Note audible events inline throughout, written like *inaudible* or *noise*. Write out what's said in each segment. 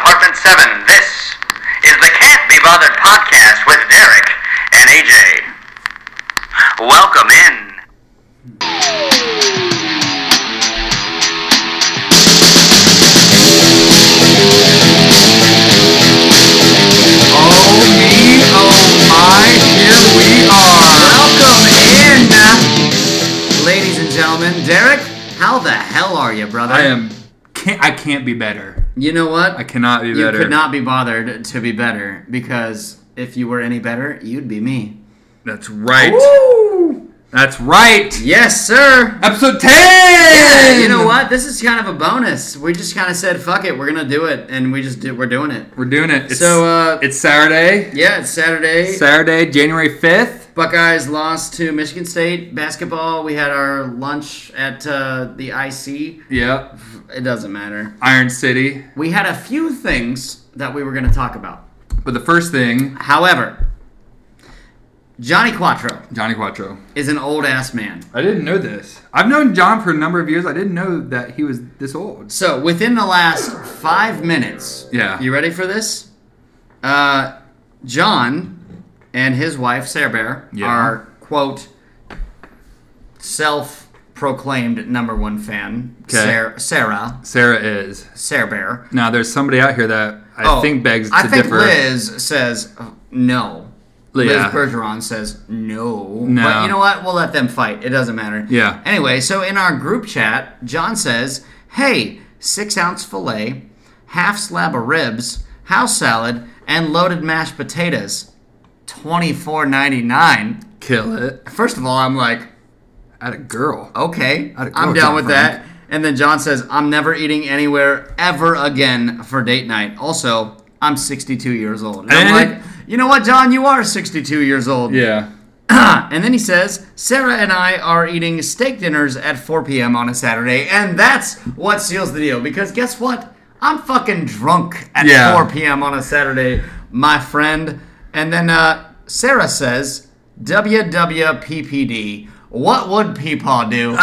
7. This is the Can't Be Bothered podcast with Derek and AJ. Welcome in. Oh me, oh my, here we are. Welcome in, ladies and gentlemen. Derek, how the hell are you, brother? I am. Can't, I can't be better. You know what? I cannot be you better. could not be bothered to be better because if you were any better, you'd be me. That's right. Woo! That's right. Yes, sir. Episode ten. You know what? This is kind of a bonus. We just kind of said, "Fuck it, we're gonna do it," and we just did. We're doing it. We're doing it. It's, So, uh, it's Saturday. Yeah, it's Saturday. Saturday, January fifth. Buckeyes lost to Michigan State basketball. We had our lunch at uh, the IC. Yep. It doesn't matter. Iron City. We had a few things that we were going to talk about. But the first thing, However, Johnny Quattro Johnny Quattro. is an old ass man. I didn't know this. I've known John for a number of years. I didn't know that he was this old. So within the last five minutes, Yeah. you ready for this? Uh, John and his wife Sarah Bear Yeah. are quote self-proclaimed number one fan. 'Kay. Sarah, Sarah, Sarah is. Sarah Bear. Now there's somebody out here that I Oh, think begs to I think differ. Liz says uh, no. Yeah. Liz Bergeron says no. No. But you know what? We'll let them fight. It doesn't matter. Yeah. Anyway, so in our group chat, John says, "Hey, six ounce fillet, half slab of ribs, house salad, and loaded mashed potatoes, twenty four ninety nine. Kill it. First of all, I'm like, At a girl. okay, How'd it go, I'm down John with Frank? that. And then John says, I'm never eating anywhere ever again for date night. Also, I'm 62 years old. And I'm And- like, you know what, John? You are 62 years old. Yeah. *clears throat* and then he says, Sarah and I are eating steak dinners at 4 p.m. on a Saturday. And that's what seals the deal. Because guess what? I'm fucking drunk at Yeah. 4 p.m. on a Saturday, my friend. And then uh, Sarah says, WWPPD. What would Peepaw Ah, do?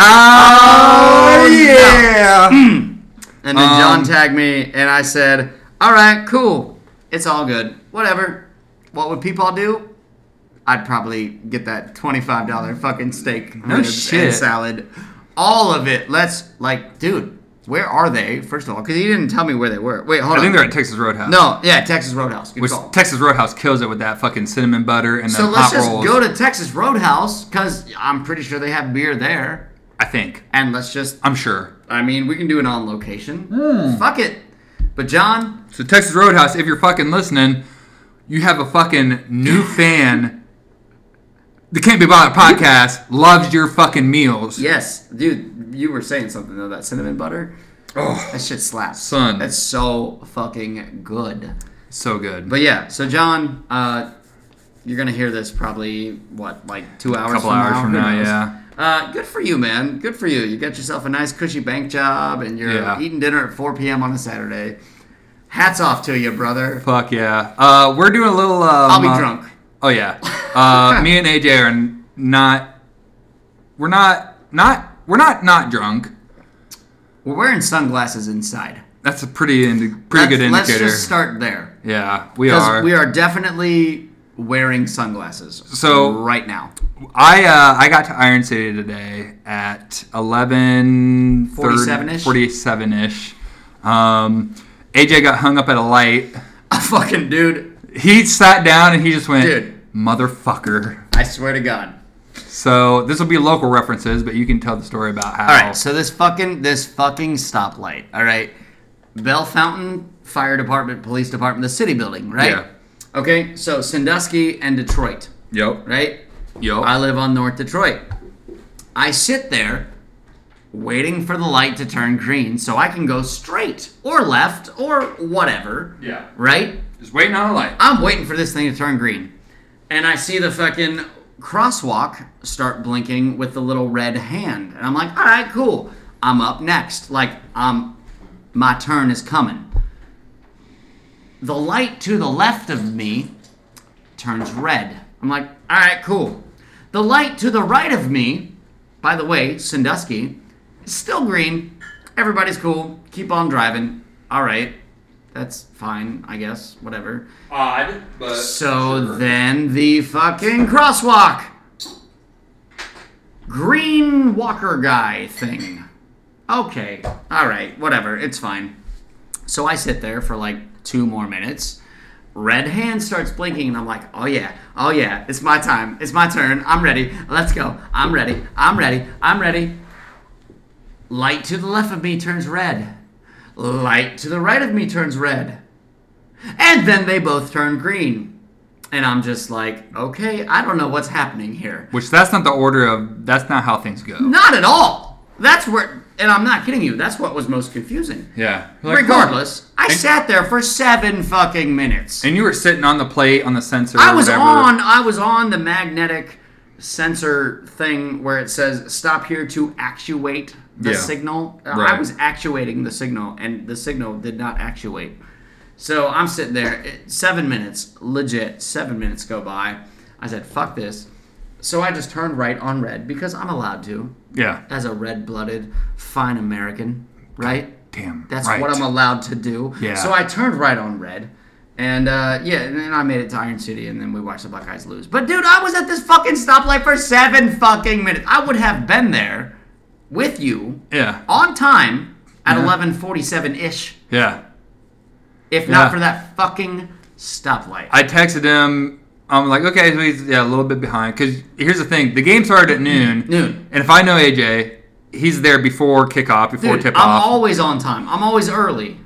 Oh, Hmm. yeah. yeah. And then Um, John tagged me, and I said, "All right, cool. It's all good. Whatever. What would people do? I'd probably get that twenty-five dollar fucking steak, No ribs, shit. and salad, all of it. Let's like, dude, where are they? First of all, because he didn't tell me where they were. Wait, hold I on. think they're at Texas Roadhouse. no, yeah, Texas Roadhouse. Good Which call. Texas Roadhouse kills it with that fucking cinnamon butter and so the let's hot just rolls. go to Texas Roadhouse because I'm pretty sure they have beer there, I think. and let's just. I'm sure. I mean, we can do it on location. Hmm. Fuck it. But John, So Texas Roadhouse, if you're fucking listening, you have a fucking *laughs* new fan. The Can't Be Bothered podcast loves your fucking meals. Yes, dude, you were saying something though. That cinnamon butter, Oh, that shit slaps, Son. That's so fucking good. so good. But yeah, so John, uh, you're gonna hear this probably what like two hours, couple from hours now? from Who now, knows? yeah. Uh, good for you, man. Good for you. You got yourself a nice cushy bank job, and you're Yeah. eating dinner at 4 p.m. on a Saturday. Hats off to you, brother. Fuck yeah. Uh, we're doing a little. Um, I'll be uh, drunk. Oh *laughs* yeah. Uh, me and AJ are n- not. We're not not we're not not drunk. We're wearing sunglasses inside. That's a pretty indi- pretty good Let's- indicator. Let's just start there. yeah, we are. Because we are definitely wearing sunglasses. So- right now, *laughs* I uh, I got to Iron City today at eleven 47-ish? Forty-seven ish. Um, AJ got hung up at a light. fucking dude, He sat down and he just went, Dude. motherfucker. I swear to God. So this will be local references, but you can tell the story about how. All right, so this fucking this fucking stoplight. All right, Bell Fountain Fire Department, Police Department, the city building, right? Yeah. Okay, so Sandusky and Detroit, Yep. right? Yep. I live on North Detroit. I sit there waiting for the light to turn green so I can go straight or left or whatever. Yeah. Right? Just waiting on a light. I'm waiting for this thing to turn green. And I see the fucking crosswalk start blinking with the little red hand. And I'm like, all right, cool. I'm up next. Like, um, my turn is coming. The light to the left of me turns red. I'm like, all right, cool. The light to the right of me, by the way, Sandusky, is still green. Everybody's cool. Keep on driving. All right. That's fine, I guess. Whatever. Odd, but So sure. then the fucking crosswalk. Green walker guy thing. Okay. All right. Whatever. It's fine. So I sit there for like two more minutes. Red hand starts blinking, and I'm like, oh yeah, oh yeah, it's my time, it's my turn, I'm ready, let's go, I'm ready, I'm ready, I'm ready. Light to the left of me turns red. Light to the right of me turns red. And then they both turn green. And I'm just like, okay, I don't know what's happening here. Which that's not the order of. That's not how things go. Not at all. That's where, and I'm not kidding you, that's what was most confusing. Yeah. You're like, Regardless, I And- sat there for seven fucking minutes. "Huh." And you were sitting on the plate on the sensor. I or was whatever. on I was on the magnetic sensor thing where it says stop here to actuate the Yeah. signal. Uh, I Right. was actuating the signal and the signal did not actuate. So I'm sitting there, it, 7 minutes, legit 7 minutes go by. I said fuck this. So I just turned right on red because I'm allowed to Yeah. as a red-blooded fine American, right? Damn. That's right. what I'm allowed to do. Yeah. So I turned right on red. And uh, yeah, and then I made it to Iron City, and then we watched the Buckeyes lose. But dude, I was at this fucking stoplight for seven fucking minutes. I would have been there with you Yeah. on time at Yeah. eleven forty-seven ish, Yeah. if not Yeah. for that fucking stoplight. I texted him. I'm like, okay, so he's yeah, a little bit behind. Because here's the thing: the game started at noon. Noon. And if I know AJ, he's there before kickoff, before dude, tip I'm off. always on time. I'm always early.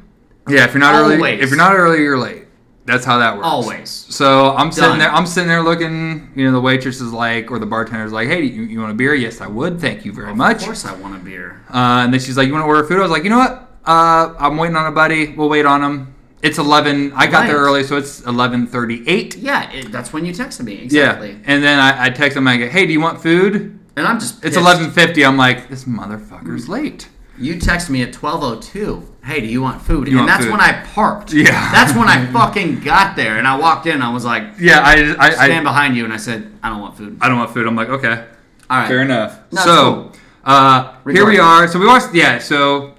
yeah. If you're not early, always. if you're not early, you're late. That's how that works. Always. So I'm Done. sitting there. I'm sitting there looking. You know, the waitress is like, or the bartender's like, "Hey, you, you want a beer? Yes, I would. Thank you very much." Of course, I want a beer. Uh, and then she's like, "You want to order food?" I was like, "You know what? Uh, I'm waiting on a buddy. We'll wait on him. It's 11. I got there Right. early, so it's 11:38. Yeah, it, that's when you texted me exactly. Yeah. And then I, I text him. I go, "Hey, do you want food?" And I'm just It's pissed. 11:50. I'm like, "This Mm. motherfucker's late." You text me at twelve oh two. Hey, do you want food? and want that's food? when I parked. Yeah. That's *laughs* when I fucking got there and I walked in. I was like, Yeah. I I stand I, behind you, and I said, I don't want food. I don't want food. I'm like, okay, All right. fair enough. No, so it's uh, here we Regardless. are. So we watched. Yeah. So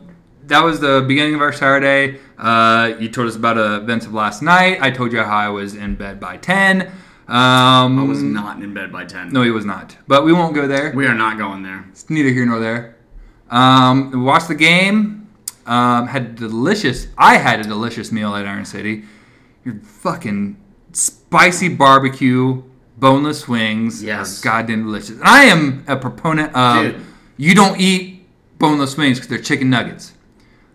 that was the beginning of our Saturday. Uh, you told us about uh, events of last night. I told you how I was in bed by 10. Um, I was not in bed by ten. No, he was not. But we won't go there. we are not going there. It's neither here nor there. Um, we watched the game. Um, had delicious. I had a delicious meal at Iron City. Your fucking spicy barbecue, boneless wings. are Yes. goddamn delicious. And I am a proponent of Dude. you don't eat boneless wings because they're chicken nuggets.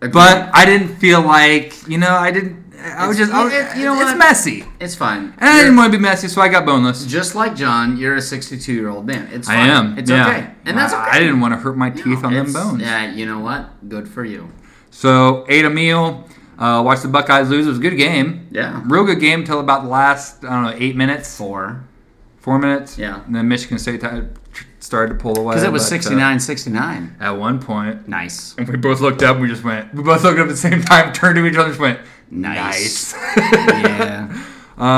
But I didn't feel like you know I didn't. I was It's- just I was, it- you you know know it's what? messy, and it's fine. I You're- didn't want to be messy, so I got boneless. just like John, you're a 62 year old man. It's I fine. am. It's yeah. okay, and that's okay. I didn't want to hurt my teeth on them It's- bones. Yeah, you know what? Good for you. So ate a meal, uh, watched the Buckeyes lose. It was a good game. Yeah. Real good game till about the last I don't know eight minutes, Four. four minutes. Yeah. And then Michigan State t- started to pull away. Because it was but, uh, 69 69. at one point, Nice. and we both looked up. and We just went. We both looked up at the same *laughs* time, turned to each other, and just went. Nice. *laughs* yeah. yeah.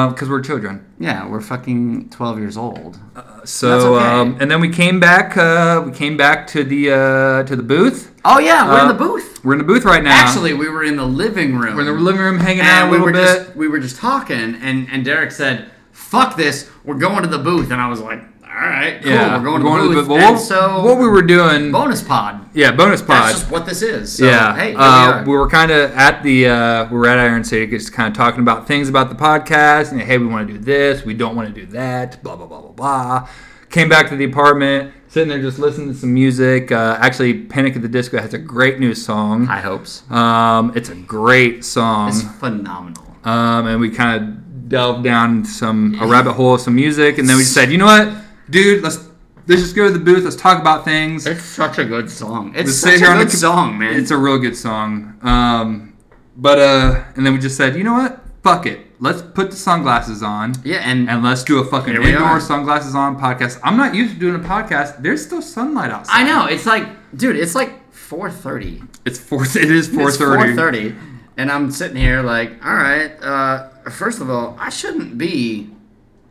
Because Um, we're children. Yeah, we're fucking 12 years old. So That's okay. um, and then we came back. Uh, we came back to the uh, to the booth. Oh yeah, we're in Uh, the booth. We're in the booth right now. Actually, we were in the living room. we're in the living room hanging out a and we little were bit. just we were just talking, and and Derek said, "Fuck this, we're going to the booth," and I was like, "All right, cool, yeah, we're going, to the booth." Well, and what- so what we were doing. bonus pod. Yeah, bonus pod. That's just what this is. So, yeah, Hey, here uh, we we are. were kind of at the uh, we were at Iron City, just kind of talking about things about the podcast, and hey, we want to do this, we don't want to do that, blah blah blah blah blah. Came back to the apartment, sitting there just listening to some music. Uh, actually, Panic at the Disco has a great new song. High hopes. Um, it's a great song, It's phenomenal. um, and we kind of delved down some a rabbit hole of some music, and then we said, you know what, dude, let's let's just go to the booth, let's talk about things. It's such a good song. It's Just such a sit here on good the com- song, man. It's a real good song. Um, but uh, and then we just said, you know what? Fuck it. Let's put the sunglasses on yeah, and, and let's do a fucking Here we are. indoor sunglasses on podcast. I'm not used to doing a podcast. There's still sunlight outside. I know it's like, dude, it's like four thirty. It's four. *laughs* It is four It's four thirty. thirty, and I'm sitting here like, all right. Uh, first of all, I shouldn't be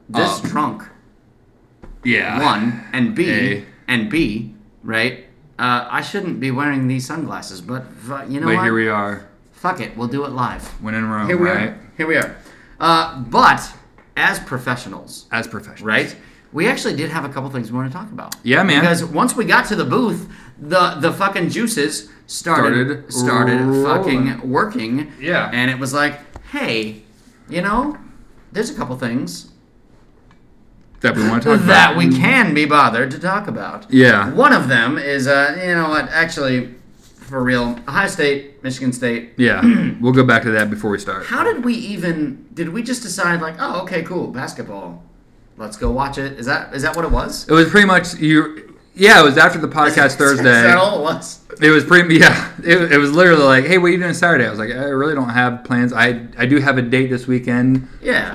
this Up. drunk. Yeah. One and B A. and B, right? Uh, I shouldn't be wearing these sunglasses, but fu- you know But what? here we are. Fuck it, we'll do it live. When in Rome, Here we right? are. Here we are. Uh, but as professionals, As professionals, right? We actually did have a couple things we want to talk about. Yeah, man. Because once we got to the booth, the the fucking juices started Started started rolling. fucking working. Yeah. And it was like, hey, you know, there's a couple things That we want to talk about. that we can be bothered to talk about. Yeah. One of them is, uh, you know what? Actually, for real, Ohio State, Michigan State. Yeah, we'll go back to that before we start. How did we even? Did we just decide like, oh, okay, cool, basketball. Let's go watch it. Is that is that what it was? It was pretty much you. Yeah, it was after the podcast *laughs* Is that Thursday. all it was? It was pretty. Yeah, *laughs* it, it was literally like, "Hey, what are you doing Saturday?" I was like, "I really don't have plans. I I do have a date this weekend, Yeah.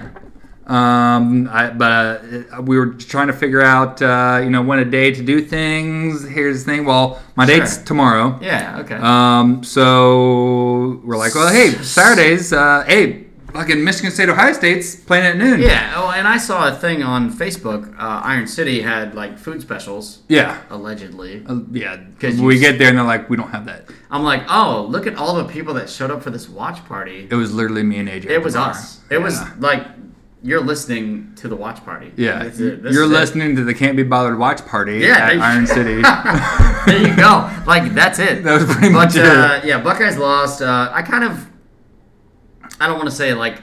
um, I, but uh, we were trying to figure out, uh, you know, when a day to do things. Here's the thing. Well, my Sure. date's tomorrow. Yeah. Okay. Um, so we're like, well, hey, Saturdays, uh, hey, fucking Michigan State, Ohio State's playing at noon. yeah. Oh, and I saw a thing on Facebook. Uh, Iron City had like food specials, yeah, allegedly. Uh, yeah. 'Cause you we s- get there and they're like, we don't have that. I'm like, oh, look at all the people that showed up for this watch party. It was literally me and AJ. It was tomorrow. us. It Yeah. was like you're listening to the watch party. Yeah, That's it. This you're is it. listening to the Can't Be Bothered Watch Party Yeah, at there- Iron City. *laughs* there you go. Like that's it. That was pretty but, much it. Uh, yeah, Buckeyes lost. Uh, I kind of, I don't want to say like,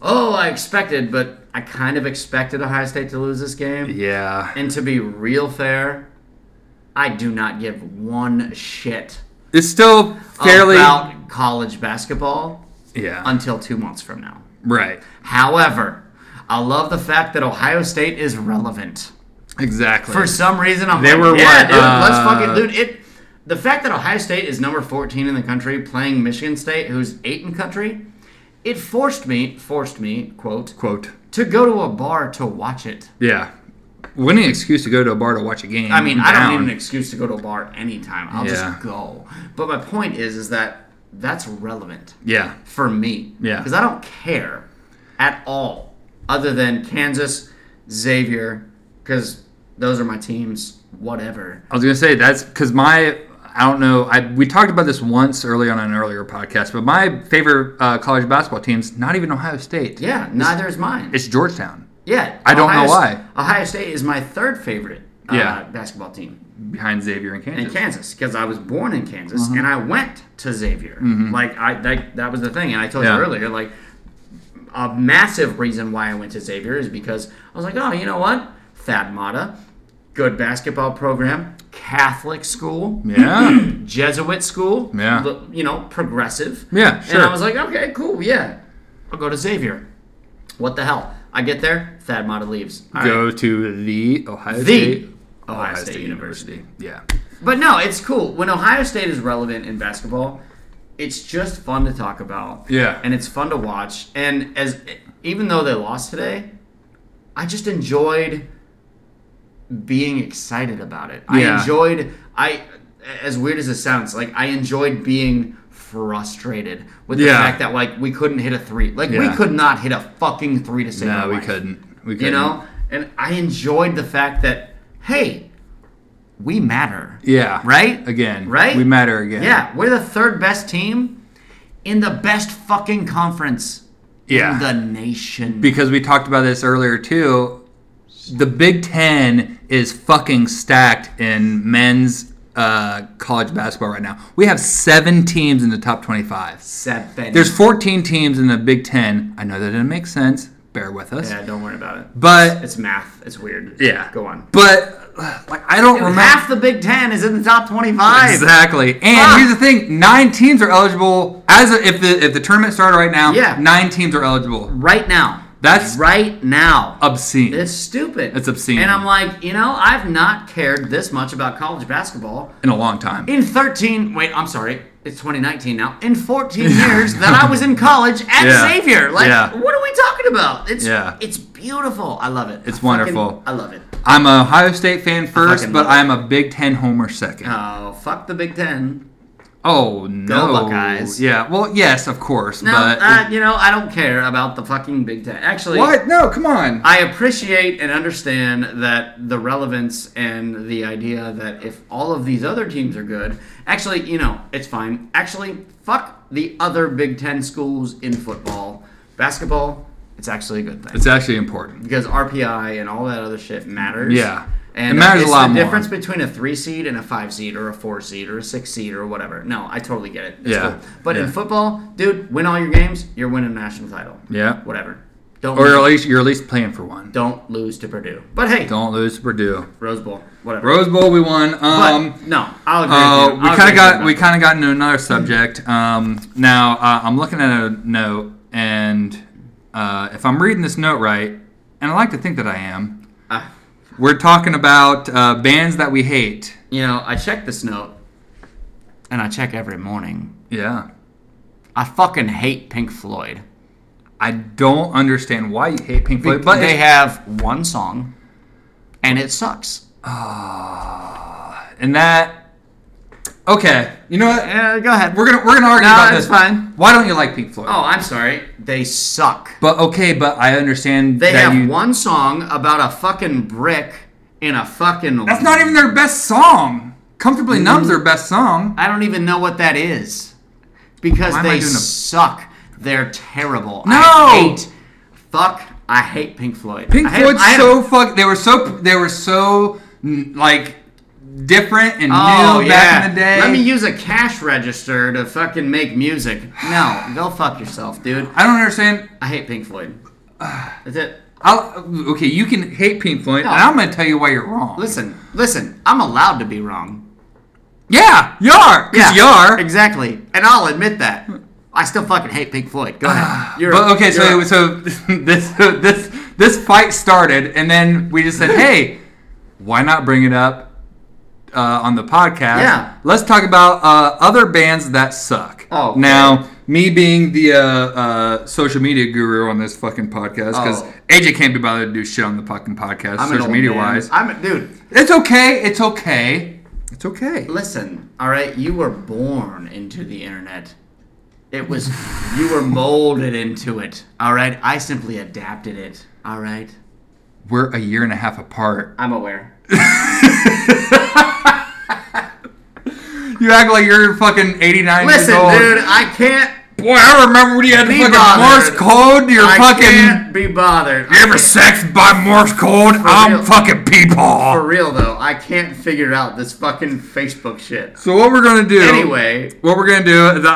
oh, I expected, but I kind of expected Ohio State to lose this game. yeah, And to be real fair, I do not give one shit it's still fairly. about college basketball yeah, until two months from now. right. However, I love the fact that Ohio State is relevant. Exactly. For some reason, I'm They like, were yeah, what, dude, uh, let's fucking, dude, it. The fact that Ohio State is number 14 in the country, playing Michigan State, who's eight in country, it forced me, forced me, quote, quote. to go to a bar to watch it. Yeah, winning excuse to go to a bar to watch a game. I mean, I don't down. need an excuse to go to a bar anytime. I'll Yeah. just go. But my point is, is that that's relevant Yeah, for me. Yeah. Because I don't care at all, other than Kansas, Xavier, because those are my teams. Whatever. I was gonna say that's because my I don't know I we talked about this once early on an earlier podcast, but my favorite uh, college basketball team's not even Ohio State. Yeah, neither is mine. it's Georgetown Yeah, I don't know Ohio- Ohio State is my third favorite uh, Yeah. basketball team behind Xavier and Kansas. in Kansas because I was born in Kansas Uh-huh. and I went to Xavier. Like I that, that was the thing, and I told Mm-hmm. Yeah. you earlier, like a massive reason why I went to Xavier is because I was like, oh, you know what, Thad Mata, good basketball program, Catholic school, Yeah, Jesuit school, Mm-hmm. Yeah. l- you know, progressive. Yeah, sure. *clears throat* And I was like, okay, cool, yeah. I'll go to Xavier. What the hell? I get there, Thad Mata leaves. All right. go to the Ohio The State. Ohio, State, University. Yeah. But no, it's cool. When Ohio State is relevant in basketball, it's just fun to talk about. Yeah. And it's fun to watch. And as even though they lost today, I just enjoyed being excited about it. I Yeah. enjoyed I as weird as it sounds, like I enjoyed being frustrated with the Yeah. fact that like we couldn't hit a three. Like we Yeah. could not hit a fucking three to save our No, we life. couldn't. We couldn't. You know? And I enjoyed the fact that, hey, we matter. Yeah. Right? Again. Right? We matter again. Yeah, we're the third best team in the best fucking conference Yeah. in the nation. because we talked about this earlier too. The Big Ten is fucking stacked in men's uh, college basketball right now. We have seven teams in the top 25. Seven. There's 14 teams in the Big Ten. I know that didn't make sense. Bear with us. yeah, don't worry about it. But It's math. It's weird. yeah, Go on. But like, I don't remember Half the Big Ten is in the top 25. Exactly. And Fuck. here's the thing: nine teams are eligible as a, if the if the tournament started right now. Yeah. nine teams are eligible. Right now. That's right now. obscene. It's stupid. It's obscene. And I'm like, you know, I've not cared this much about college basketball in a long time. in 13 wait i'm sorry it's 2019 now in 14 *laughs* years that i was in college at Yeah. xavier like Yeah. what are we talking about it's Yeah. it's beautiful i love it It's I fucking- wonderful. i love it I'm a Ohio State fan first, fucking Ah. but love it. I'm a Big Ten homer second. oh fuck the big ten Oh no, Buckeyes. Yeah, well, yes, of course, No, but uh, you know, I don't care about the fucking Big Ten. Actually, what? No, come on. I appreciate and understand that the relevance and the idea that if all of these other teams are good, actually, you know, it's fine. Actually, fuck the other Big Ten schools in football. Basketball, it's actually a good thing. it's actually important. because RPI and all that other shit matters. Yeah. And It matters a it's lot the more. difference between a three seed and a five seed or a four seed or a six seed or whatever. No, I totally get it. It's Yeah. cool. But Yeah. in football, dude, win all your games, you're winning a national title. Yeah. Whatever. Don't Or lose, at least you're at least playing for one. don't lose to Purdue. But hey, Don't lose to Purdue. Rose Bowl, whatever. Rose Bowl, we won. Um, but, no, I'll agree. Uh, with you. we I'll kind of agree with got you we about kind of got into another subject. Um, now uh, I'm looking at a note, and uh, if I'm reading this note right, and I like to think that I am, that. Uh, we're talking about uh, bands that we hate. you know, I check this note, and I check every morning. Yeah, I fucking hate Pink Floyd. I don't understand why you hate Pink Floyd, but but they it's- have one song, and it sucks. and that okay, you know what? Uh, go ahead. We're gonna we're gonna argue No, about it's this. fine. Why don't you like Pink Floyd? oh, I'm sorry. They suck. But okay, but I understand They that have you. one song about a fucking brick in a fucking. That's not even their best song. Comfortably Mm-hmm. Numb's their best song. I don't even know what that is, because Why am I they doing a- suck. They're terrible. No! I hate. Fuck. I hate Pink Floyd. Pink I hate- Floyd's I have- so fuck. They were so they were so n- like different and Oh new yeah. back in the day. Let me use a cash register to fucking make music. No, go fuck yourself, dude. I don't understand. I hate Pink Floyd. That's it. I'll, okay, you can hate Pink Floyd, No. and I'm gonna tell you why you're wrong. Listen, listen. I'm allowed to be wrong. Yeah, you are. 'cause you are. Exactly. And I'll admit that. I still fucking hate Pink Floyd. Go *sighs* ahead. You're, But okay, so you're- so *laughs* this this this fight started, and then we just said, hey, why not bring it up uh, on the podcast? Yeah. let's talk about uh, other bands that suck. Oh, okay. now me being the uh, uh, social media guru on this fucking podcast because Oh. AJ can't be bothered to do shit on the fucking podcast, I'm an social old media man. wise. I'm a, dude. It's okay. It's okay. It's okay. Listen, all right. You were born into the internet. It *laughs* was you were molded into it. All right. I simply adapted it. All right. We're a year and a half apart. I'm aware. You act like you're fucking 89 *laughs* Listen, years old. dude. I can't. Boy, I remember when you had to Be fucking bothered. Morse code. You're I fucking. can't be bothered. You I ever can't- sex by Morse code? I'm real. fucking For people. real though, I can't figure out this fucking Facebook shit. So what we're gonna do? Anyway, what we're gonna do is I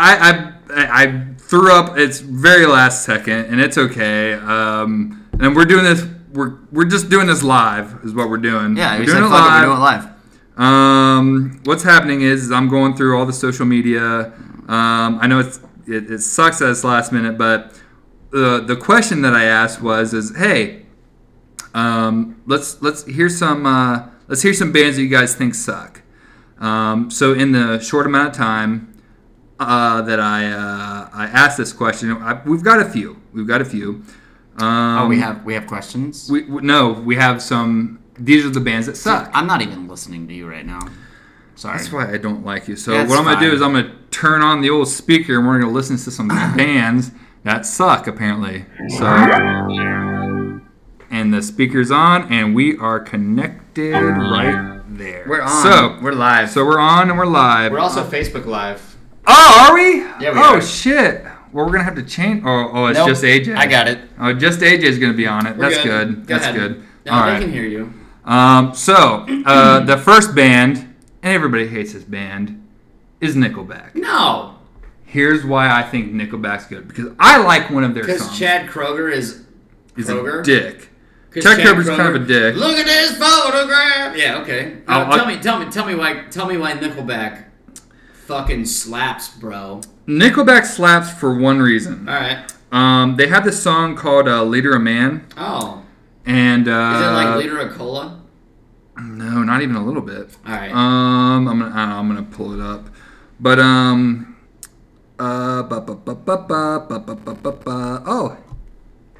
I, I I threw up. It's very last second, and it's okay. Um, and we're doing this. We're we're just doing this live. Is what we're doing. yeah, we're we said fuck it, we're doing it live. Um, what's happening is I'm going through all the social media. Um, I know it's it, it sucks that it's last minute, but the the question that I asked was is hey, um, let's let's hear some uh, let's hear some bands that you guys think suck. Um, so in the short amount of time uh, that I uh, I asked this question, I, we've got a few. We've got a few. Um, Oh, we have we have questions. we, we- no, we have some. These are the bands that suck. I'm not even listening to you right now. Sorry. That's why I don't like you. So That's what I'm gonna do fine. is I'm gonna turn on the old speaker and we're gonna listen to *coughs* some bands that suck apparently. So and the speaker's on and we are connected right there. We're on. So we're live. so we're on and we're live. we're also Facebook Live. oh, are we? Yeah, we oh are. shit. Well, we're gonna have to change. Oh, oh, it's Nope, just AJ. I got it. Oh, just AJ's gonna be on it. That's good. That's good. Now All they right. can hear you. Um, so uh, the first band, and everybody hates this band, is Nickelback. No, Here's why I think Nickelback's good because I like one of their because songs. Chad Kroger is He's Kroger. a dick. Chad Kroger's kind of a dick. Look at this photograph. Yeah. Okay. I'll- Uh, tell I'll- me, tell me, tell me why, tell me why Nickelback fucking slaps, bro. Nickelback slaps for one reason. All right. Um, they have this song called uh, "Leader a Man," Oh, and is uh, it like liter of cola? no, not even a little bit. All right. Um, I'm gonna I don't know, I'm gonna pull it up, but um, uh, ba ba ba ba ba ba ba ba ba ba. Oh,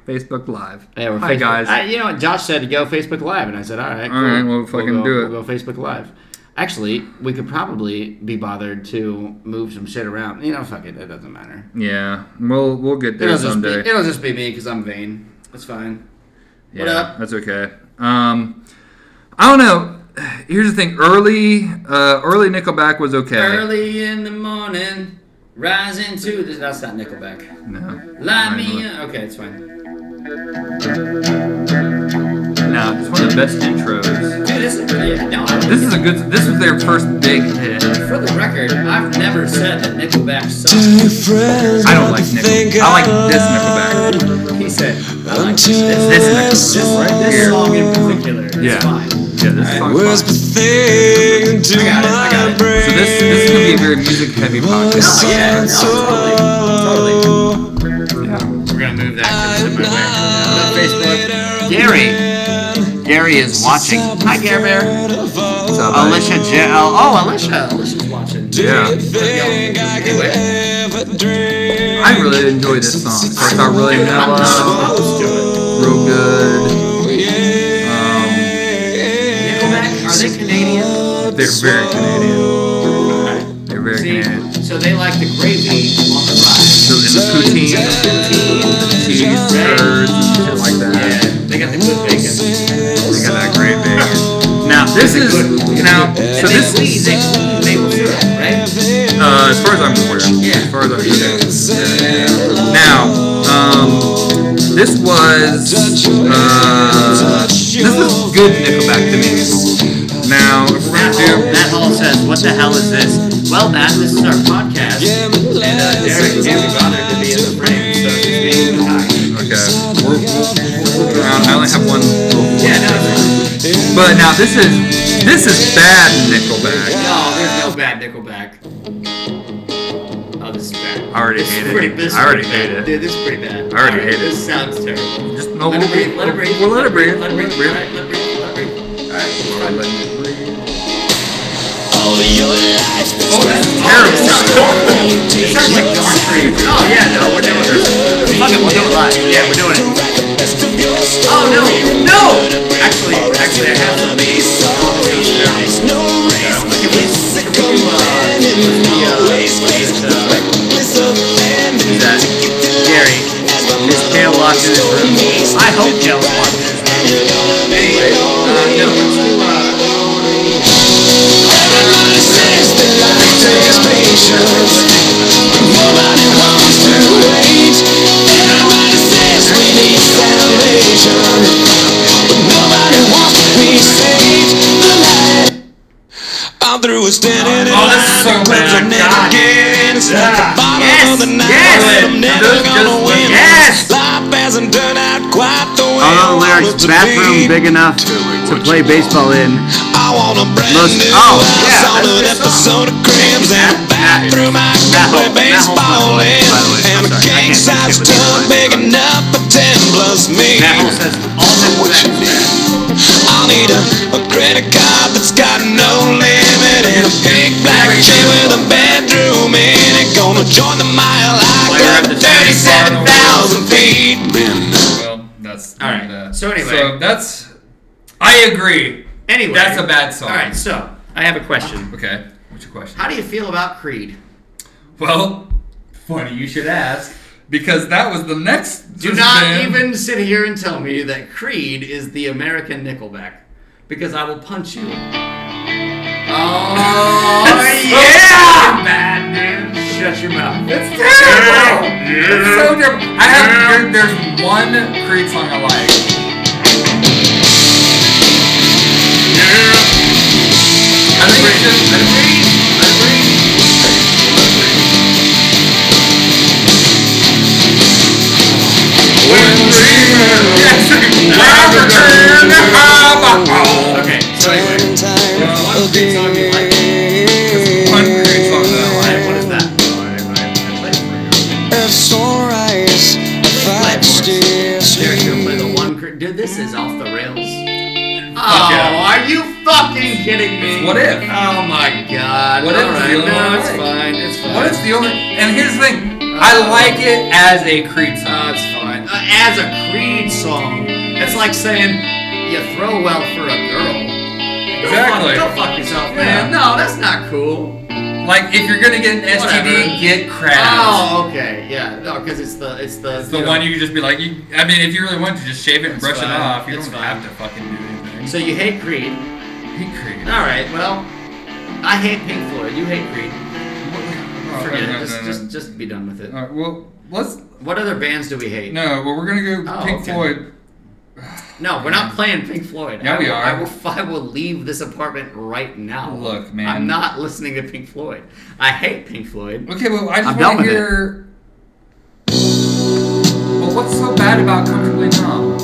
Facebook Live. yeah, we're Hi guys. I, you know what Josh said to go Facebook Live, and I said, all right. All right, we'll fucking go- do it. We'll go Facebook Live. Actually, we could probably be bothered to move some shit around. You know, fuck it. It doesn't matter. Yeah, we'll we'll get there It'll just be, someday. it'll just be me because I'm vain. It's fine. yeah, up? that's okay. Um, I don't know. Here's the thing: early, uh, early Nickelback was okay. Early in the morning, rising to the. That's not Nickelback. No, Light me up. Okay, it's fine. no, it's one of the best intros. Dude, this is really. No, I don't- This is a good. This was their first big hit. for the record, I've never said that Nickelback sucks. I don't like Nickelback. I like this Nickelback. He said, I like this. Until This I is This, saw right, this song in particular is Yeah. fine. Yeah, this song's Was fine. the thing to I got it, I got my it. So brain. So this this is gonna be a very music heavy podcast. No, yeah, no, totally. Totally. Yeah. We're gonna move that to the Facebook. Gary. Gary is watching. Hi, Gary Bear. What's up, buddy? Alicia J. Oh, Alicia. Alicia's watching. Yeah. Anyway. I really enjoy this song. It starts out really uh, I'm not mellow, opposed to it. real good. Um, Nickelback, are they Canadian? they're very Canadian. They're very Canadian. See, so they like the gravy on the fries. So in the poutine, cheese, curds, and shit like that. Yeah, they got the good bacon. They got that great bacon. Now this is now so And this they squeeze, they squeeze maple syrup, right? Uh, as far as I'm aware. Yeah. As far as I'm aware. Now, um, this was uh, this is good Nickelback to me. Now, if we're Matt gonna do Hall, Matt Hall says, what the hell is this? Well, Matt, this is our podcast. And uh, Derek can't be bothered to be in the frame, so just being behind. okay, we're, we're, we're around. I only have one, Yeah, no, it's fine. but now this is this is bad Nickelback. No, there's no bad Nickelback. Oh, this is bad. I already This hate is it. pretty, this is I already pretty bad. hate it. Dude, this is pretty bad. I already hate Alright, it. This sounds terrible. Just no, let we'll, it breathe. Let it breathe. We'll let it breathe. Let it breathe. We'll Alright, let it breathe. Let it breathe. Alright, we'll let it breathe. Oh, this is Terrible. This sounds horrible. This sounds like country. Oh yeah, no, we're doing this. Fuck it, we'll do it live. Yeah, we're doing it. Oh no, no. Actually, actually, I have some. Gary, is Dale locked in his room? I hope Dale's locked in his room. Anyway, uh, no, let's do, uh, I'm through with standing Oh, in this is so line to bad. represent God. again. It's at the bottom Yes, of the night. yes. but I'm never Those gonna just- win. yes. Life hasn't turned out quite the way I Although the want it Oh, lyrics to bathroom be. big enough to play baseball in. I want a brand Look- new oh, house yeah, on that's an this episode of Cribs and a bathroom I can Matt play Holt- Matt Holt's baseball not by in, the way, I'm and a sorry, I king can't size do it with this tub one. big enough for ten plus me. Matt Hall says all Nickelback is bad. I'll need a, a credit card that's got no limit and a big black chair with a bedroom in it. Gonna join the mile I Player got at the thirty-seven thousand feet. Well, that's All right, uh, so anyway. so that's. I agree. Anyway, That's a bad song. All right, so I have a question. Okay. What's your question? How do you feel about Creed? Well, funny you should ask because that was the next. Do not even sit here and tell me that Creed is the American Nickelback, because I will punch you. Oh Oh, *laughs* yeah! Bad man, shut your mouth. It's terrible. It's so terrible. I have. There, there's one Creed song I like. I think it's just. Let it breathe. Let it breathe. Let it breathe. When dreaming, yes, never turn to have a home. Okay, so anyway, one Creed One Creed song you like. song that I like. Alright, what is that? There you go, play the one Creed. Dude, this is off the rails. Oh, yeah. are you fucking kidding me? What if? Oh my god. What if All it's the right, only one no, I it's like? fine. It's fine. What is the only? And here's the thing. I like it as a Creed song. Uh, it's fine. Uh, as a Creed song, it's like saying you throw well for a girl. Fuck, Exactly. go fuck yourself, man. No, that's not cool. Like, if you're gonna get an STD, Whatever. get crabs. Oh, okay, yeah, no, because it's the it's the It's the one you can just be like, you, I mean, if you really want to, just shave it and It's brush fine. it off. You It's don't fine. have to fucking do anything. So ah, you hate Creed. Hey, Creed. All right, well, I hate Pink Floyd. You hate Creed. Oh, Forget no, no, it. Just, no, no. just, just be done with it. All right, well, let's. What other bands do we hate? No, well, we're gonna go Oh, Pink okay. Floyd. No, we're not playing Pink Floyd. Yeah, I we will- are. I will, I will leave this apartment right now. Look, man. I'm not listening to Pink Floyd. I hate Pink Floyd. Okay, well, I I'm just done want to with it. hear. Well, what's so bad about Comfortably Numb?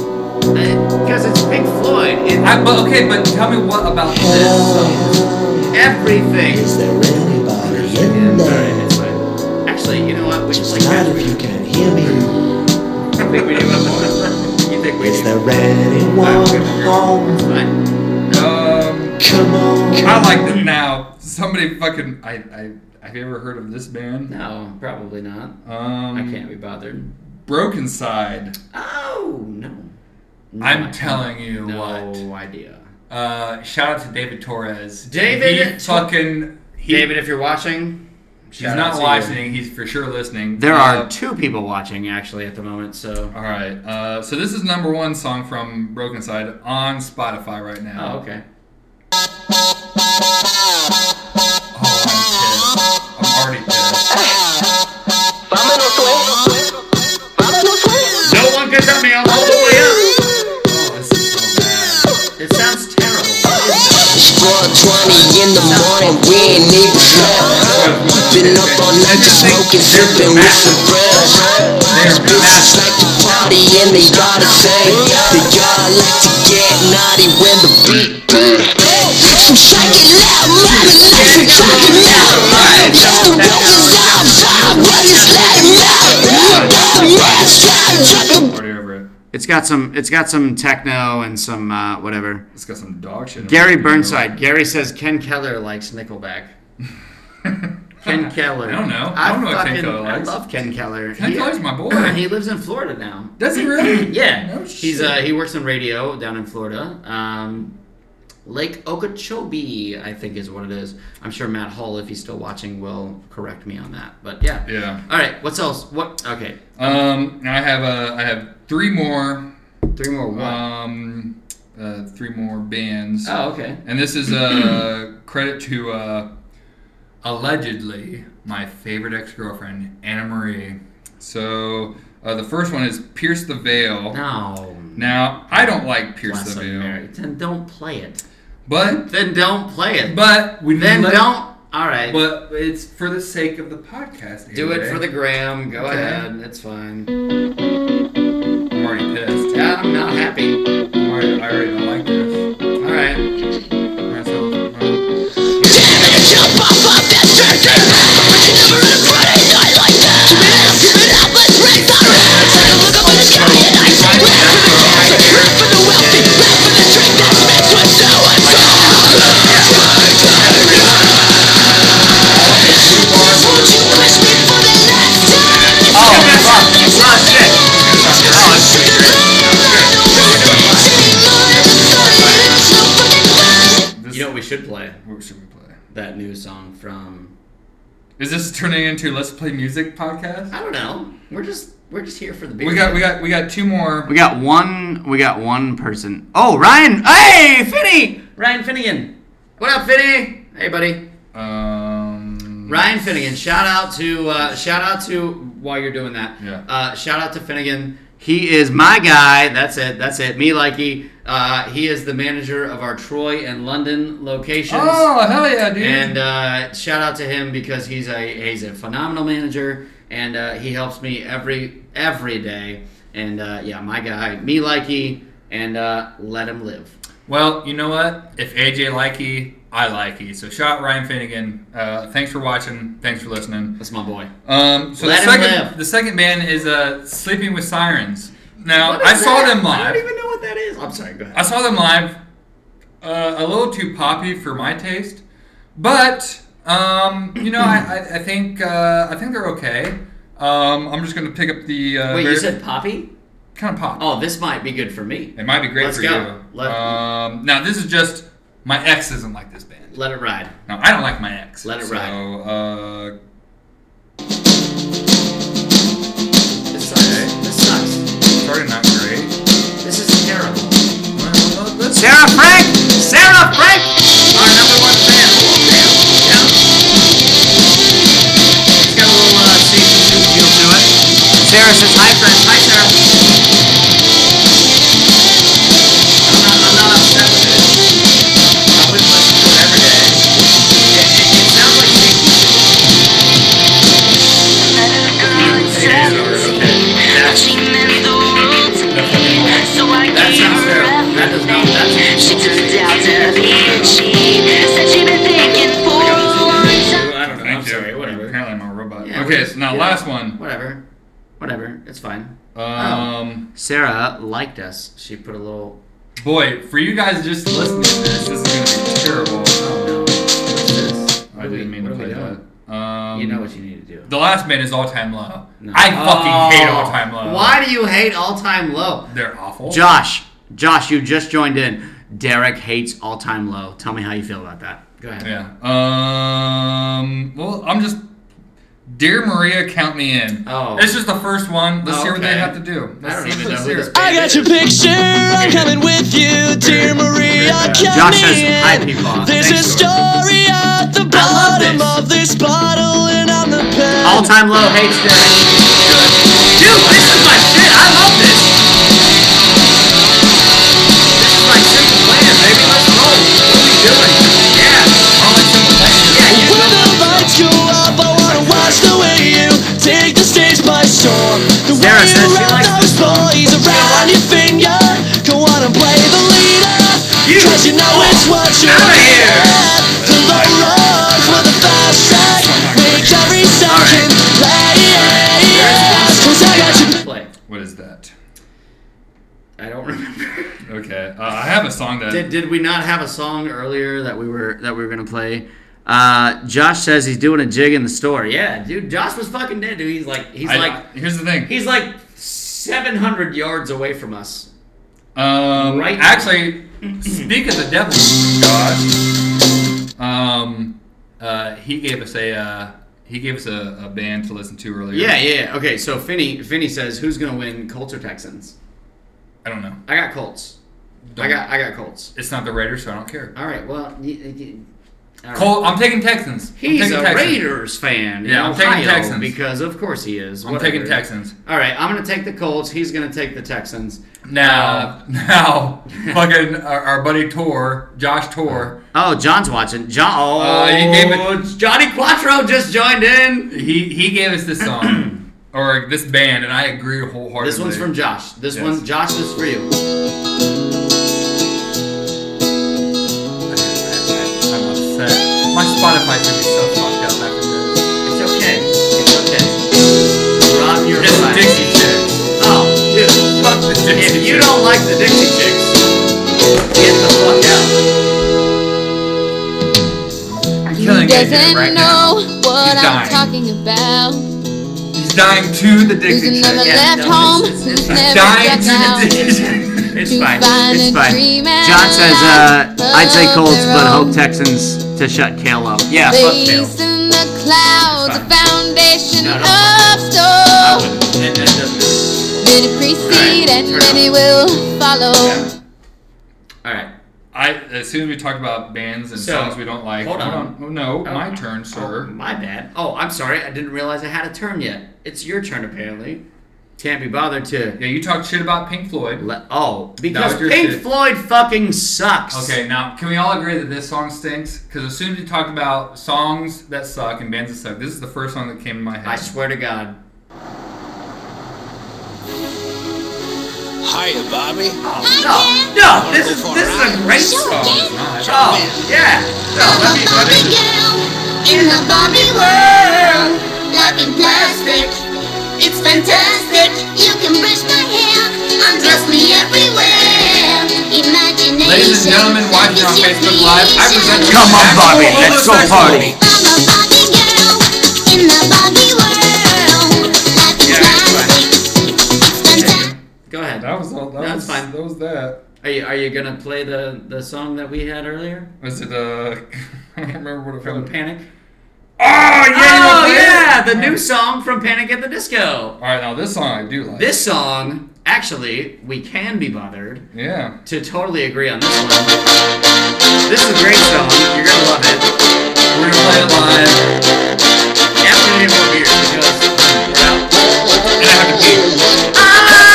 Because it's Pink Floyd. It, I, but, okay, but tell me what about this song? everything. Is there anybody in All there? right, it's fine. Actually, you know what? We should play Just not if Crash. you can hear me. *laughs* I think we do one more. You think we Is do? there anyone home? Fine. Um, Come on. I like them now. Somebody fucking. I, I have you ever heard of this band? No, probably not. Um, I can't be bothered. Broken Side. Oh no. No, I'm I telling don't. you no what. idea. Uh, shout out to David Torres. David he Tor- fucking. He, David, if you're watching, he's not watching. He's for sure listening. There Uh, are two people watching actually at the moment, so All right. Uh, so this is number one song from Broken Side on Spotify right now. oh okay. Oh, I'm pissed. I'm already pissed. No one can tell me I'm all the way Oh, this is so bad. up. It sounds terrible. It's 420 in the morning, we ain't even slept. Been up all night just smoking, sipping with some friends. These bitches like to party and they all the same. They all like to get naughty when the beat beats. I'm shaking loud, mommy likes it talking loud. Used to watch it outside, but it's letting out. Got the man shot, drop the Already over it. It's got some it's got some techno and some uh, whatever. It's got some dog shit. in Gary it. Burnside. Gary says Ken Keller *laughs* likes Nickelback. Ken Keller. I don't know. I don't know what Ken Keller likes. I love Ken Keller. Ken He- Keller's my boy. *clears throat* he lives in Florida now. Does he really? *clears throat* Yeah, No he's shit. uh, he works in radio down in Florida. Um, Lake Okeechobee, I think, is what it is. I'm sure Matt Hall, if he's still watching, will correct me on that. But yeah. Yeah. All right. What's else? What? Okay. Um. Now I have uh, I have three more. Three more. What? Um. Uh, three more bands. oh, okay. And this is uh, credit to uh, allegedly my favorite ex girlfriend, Anna Marie. So uh, the first one is Pierce the Veil. No. Now, I don't like Pierce Bless the Veil. him, Mary. Then don't play it. But, Then don't play it. but, we then let- don't. All right. But it's for the sake of the podcast. do it AJ. for the gram. Go Okay. ahead. It's fine. I'm already pissed. Yeah, I'm not happy. I'm already, I already don't like this. All right. uh, Myself. Jump off of that church and never in a Friday night like that. Give it up, let's raise our hands. I look up in the sky and I say, rap for the talented, rap for the wealthy, rap for the trick that makes one so and so. Won't you push me for the last time? This, You know what we should play? what should we play? That new song from Is this turning into Let's Play Music podcast? I don't know. We're just we're just here for the beer. We got, we got, we got two more. we got one we got one person. Oh, Ryan! Hey, Finny! Ryan Finnegan. What up, Finny? Hey, buddy. Um, Ryan Finnegan. Shout out to uh, shout out to while you're doing that. Yeah. Uh, shout out to Finnegan. He is my guy. That's it. That's it. Me likey. Uh, he is the manager of our Troy and London locations. Oh hell yeah, dude! And uh, shout out to him because he's a he's a phenomenal manager, and uh, he helps me every every day. And uh, yeah, my guy, me likey, and uh, let him live. well, you know what? If AJ likey, I likey. So shout out Ryan Finnegan. Uh, thanks for watching. Thanks for listening. That's my boy. Um, so Let the him second live. the second band is uh, Sleeping with Sirens. Now What I is saw that? them I live. don't even know what that is. I'm sorry. Go I ahead. saw them live. Uh, a little too poppy for my taste, but um, you know I, I, I think uh, I think they're okay. Um, I'm just gonna pick up the uh, Wait, you very- said Poppy? kind of pop. Oh, this might be good for me. It might be great Let's for go. you. Let- um, now this is just My ex doesn't like this band. Let it ride. No, I don't like my ex. Let it so, ride. uh, This sucks. This sucks. started not great. This is terrible. Well, let's- Sarah Frank! Sarah Frank! Our number one fan. Yeah. It's got a little uh, Stacey Sue feel to it. Sarah says, hi, friends. Hi, Sarah. I'm not, I'm not upset with it. I wouldn't listen to it every day. It, it, it sounds like Stacey Sue. Oh, That sounds terrible. That does not, that She took it down to the beach. Said she'd been thinking for a long time. I don't know. Thank I'm you. sorry. Whatever. Apparently, I'm a robot. Yeah. okay, so now Yeah. Oh. last one. Whatever. Whatever. It's fine. Um, Sarah liked us. She put a little. boy, for you guys just listening to this, this is gonna be terrible. Oh no. What's this? I didn't mean to play that. Um, You know what you need to do. Oh. The last band is All Time Low. I fucking hate All Time Low. Why do you hate all time low? They're awful. Josh, Josh, you just joined in. Derek hates all time low. Tell me how you feel about that. Go ahead. yeah. Um. Well, I'm just. Dear Maria, count me in. Oh. This is the first one. Let's Oh, hear what they okay. have to do. Let's I don't see- even know let's who hear this it. band I got is. your picture. I'm coming with you, dear Maria. Count Josh me says, "Hi, in. people." There's a Thanks, story at the love bottom this. of this bottle, and I'm the pen. All time low hates Derek. Dude, this is my shit. I love this. This is my simple plan, baby. Let's roll. What are we doing? Yeah. All my simple plan. Yeah. You When the lights go up, I wanna watch the way you take the stage by storm. The way Sarah says you she wrap likes those this song. boys around your finger. Go on and play the leader. You- Cause you know it's what you Outta want. here. The low road for the fast track. Make every second play. Cause Oh, I got you. play. What is that? I don't remember. Okay. Uh, I have a song that. Did, did we not have a song earlier that we were that we were gonna play? Uh, Josh says he's doing a jig in the store. Yeah, dude. Josh was fucking dead, dude. He's like he's I- like here's the thing. he's like seven hundred yards away from us. Um, Right. *clears throat* Actually, speak of the devil, Josh. Um, uh, he gave us a uh, he gave us a, a band to listen to earlier. Yeah, yeah. yeah. Okay, so Finney Finney says who's gonna win Colts or Texans? I don't know. I got Colts. I Don't- got I got Colts. It's not the Raiders, so I don't care. All right. Well, y- y- y- all right. Cole, I'm taking Texans. I'm He's taking a Texans. Raiders fan. Yeah, in I'm taking Ohio Texans. because of course he is. I'm Whatever. taking Texans. All right, I'm gonna take the Colts. He's gonna take the Texans. Now, *laughs* now, fucking our, our buddy Tor, Josh Tor, Oh, John's watching. John. Oh, Uh, you gave it- it's Johnny Quattro just joined in. he he gave us this *clears throat* song or this band, and I agree wholeheartedly. This one's from Josh. This Yes. one, Josh, this is for you. I'm upset. My Spotify's gonna be so fucked up after this. It's okay. It's okay. Rob, you're It's right. Dixie Chicks. Oh, dude. Fuck the Dixie If you Chicks. don't like the Dixie Chicks, get the fuck out. I'm killing Doesn't AJ right now. know what He's I'm dying. talking about. He's dying to the Dixie Who's never Chicks. Yeah, left no, home? it's- it's- Who's never it's Dying stepped out? to the Dixie *laughs* Chicks. It's To fine. find It's a fine. dream John says, uh, outside I'd say of Colts, their but own. hope Texans to shut Kale up. *laughs* Yeah, fuck Kale. Place in the clouds, a foundation No, no. of stone. It, it doesn't Many precede Alright, and turn it many will follow. matter. All right. I as soon as we talk about bands and So, songs we don't like. hold on. Oh, no, my turn, Oh, sir. my bad. Oh, I'm sorry. I didn't realize I had a turn yet. It's your turn, apparently. Can't be bothered to. Yeah, you talked shit about Pink Floyd. Let, oh, because was your Pink shit. Floyd fucking sucks. Okay, now can we all agree that this song stinks? Because as soon as you talk about songs that suck and bands that suck, this is the first song that came to my head. I swear to God. Hiya, Bobby. No, no, this is this is a great song. It's not. Oh, yeah. No, let me, let me. In the Barbie world, life in plastic. It's fantastic. You can brush my hair, undress me everywhere. Imagination. Ladies and gentlemen, watching on Facebook Live, I present you Come Jack Bobby, Nicholson. let's Homosexual. I'm a Barbie girl in the Barbie world. Life in plastic. It's fantastic. Go ahead. That was all. That That's was fine. That was that. Are you are you gonna play the the song that we had earlier? Was it uh? *laughs* I can't remember what it From was. Panic. Oh Oh yeah, the new new song from Panic at the Disco. All right, now this song I do like. This song, actually, we can be bothered. Yeah. to totally agree on this one. This is a great song. You're gonna love it. We're gonna play it live. After we need more beers because we're out. And I have to pee.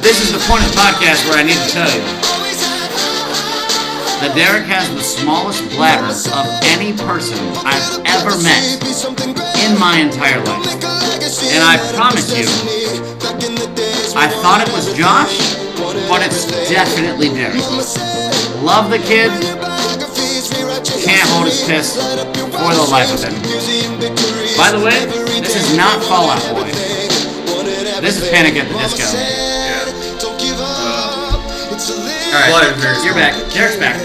This is the point of the podcast where I need to tell you that Derek has the smallest bladder of any person I've ever met in my entire life. And I promise you, I thought it was Josh, but it's definitely Derek. Love the kid, Can't hold his piss for the life of him. By the way, this is not Fallout Boy. This is Panic at the Disco. All right. Blood, you're back. Derek's back.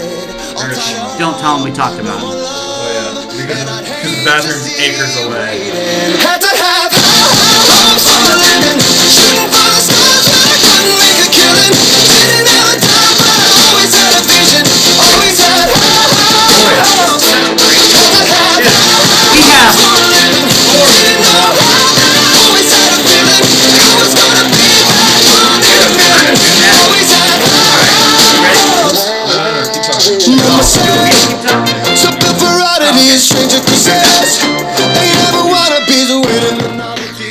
Don't tell him we talked about him. Oh, yeah. Because, because the bathroom's acres away. Had to have hopes for a living. Shooting for the stars, but I couldn't make a killing. Didn't have a time, but I always had a vision. Always had hopes. Had to have We have hopes for a living. Didn't know how, but I always had a feeling. I was gonna be that one in a million. Always had hopes. Myself. So good variety is stranger possessed. They never wanna be the winner.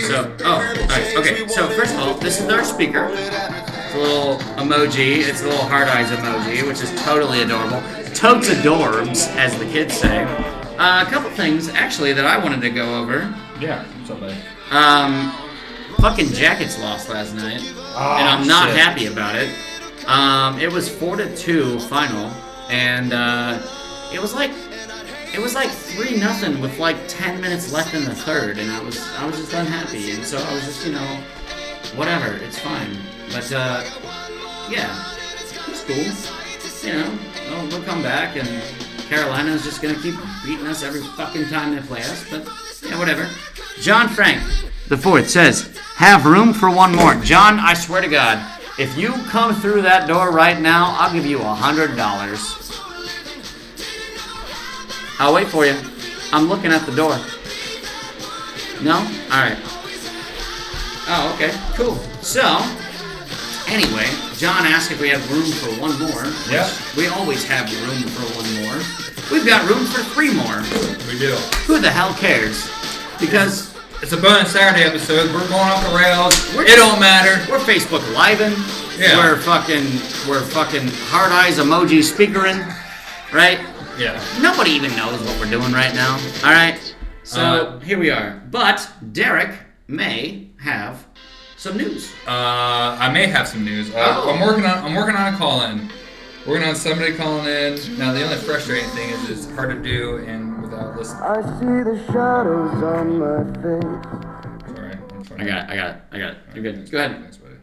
So, oh, alright, okay. So, first of all, this is our speaker. It's a little emoji. It's a little hard eyes emoji, which is totally adorable. Totes adorbs, as the kids say. Uh, a couple things, actually, that I wanted to go over. Yeah. Somebody. Um, fucking Jackets lost last night, and I'm not shit. happy about it. Um, it was four to two final, and uh, it was like it was like three nothing with like ten minutes left in the third, and I was I was just unhappy, and so I was just you know whatever, it's fine. But uh, yeah, it's cool. You know, we'll, we'll come back, and Carolina's just gonna keep beating us every fucking time they play us. But yeah, whatever. John Frank, the fourth says, "Have room for one more." John, I swear to God, if you come through that door right now, I'll give you a hundred dollars. I'll wait for you. I'm looking at the door. No? Alright. Oh, okay. Cool. So, anyway, John asked if we have room for one more. Yeah. We always have room for one more. We've got room for three more. We do. Who the hell cares? Because It's a bonus Saturday episode. We're going off the rails. We're- it don't matter. we're Facebook living. Yeah. We're fucking we're fucking hard eyes emoji speakering. Right? Yeah. Nobody even knows what we're doing right now. Alright? So Uh, here we are. But Derek may have some news. Uh, I may have some news. I, Oh. I'm working on. I'm working on a call in. Working on somebody calling in. Now the only frustrating thing is it's hard to do and without listening. I see the shadows on my face. All right. I'm fine. I got it, I got it, I got it. You're good. Thanks, Go ahead. thanks, buddy.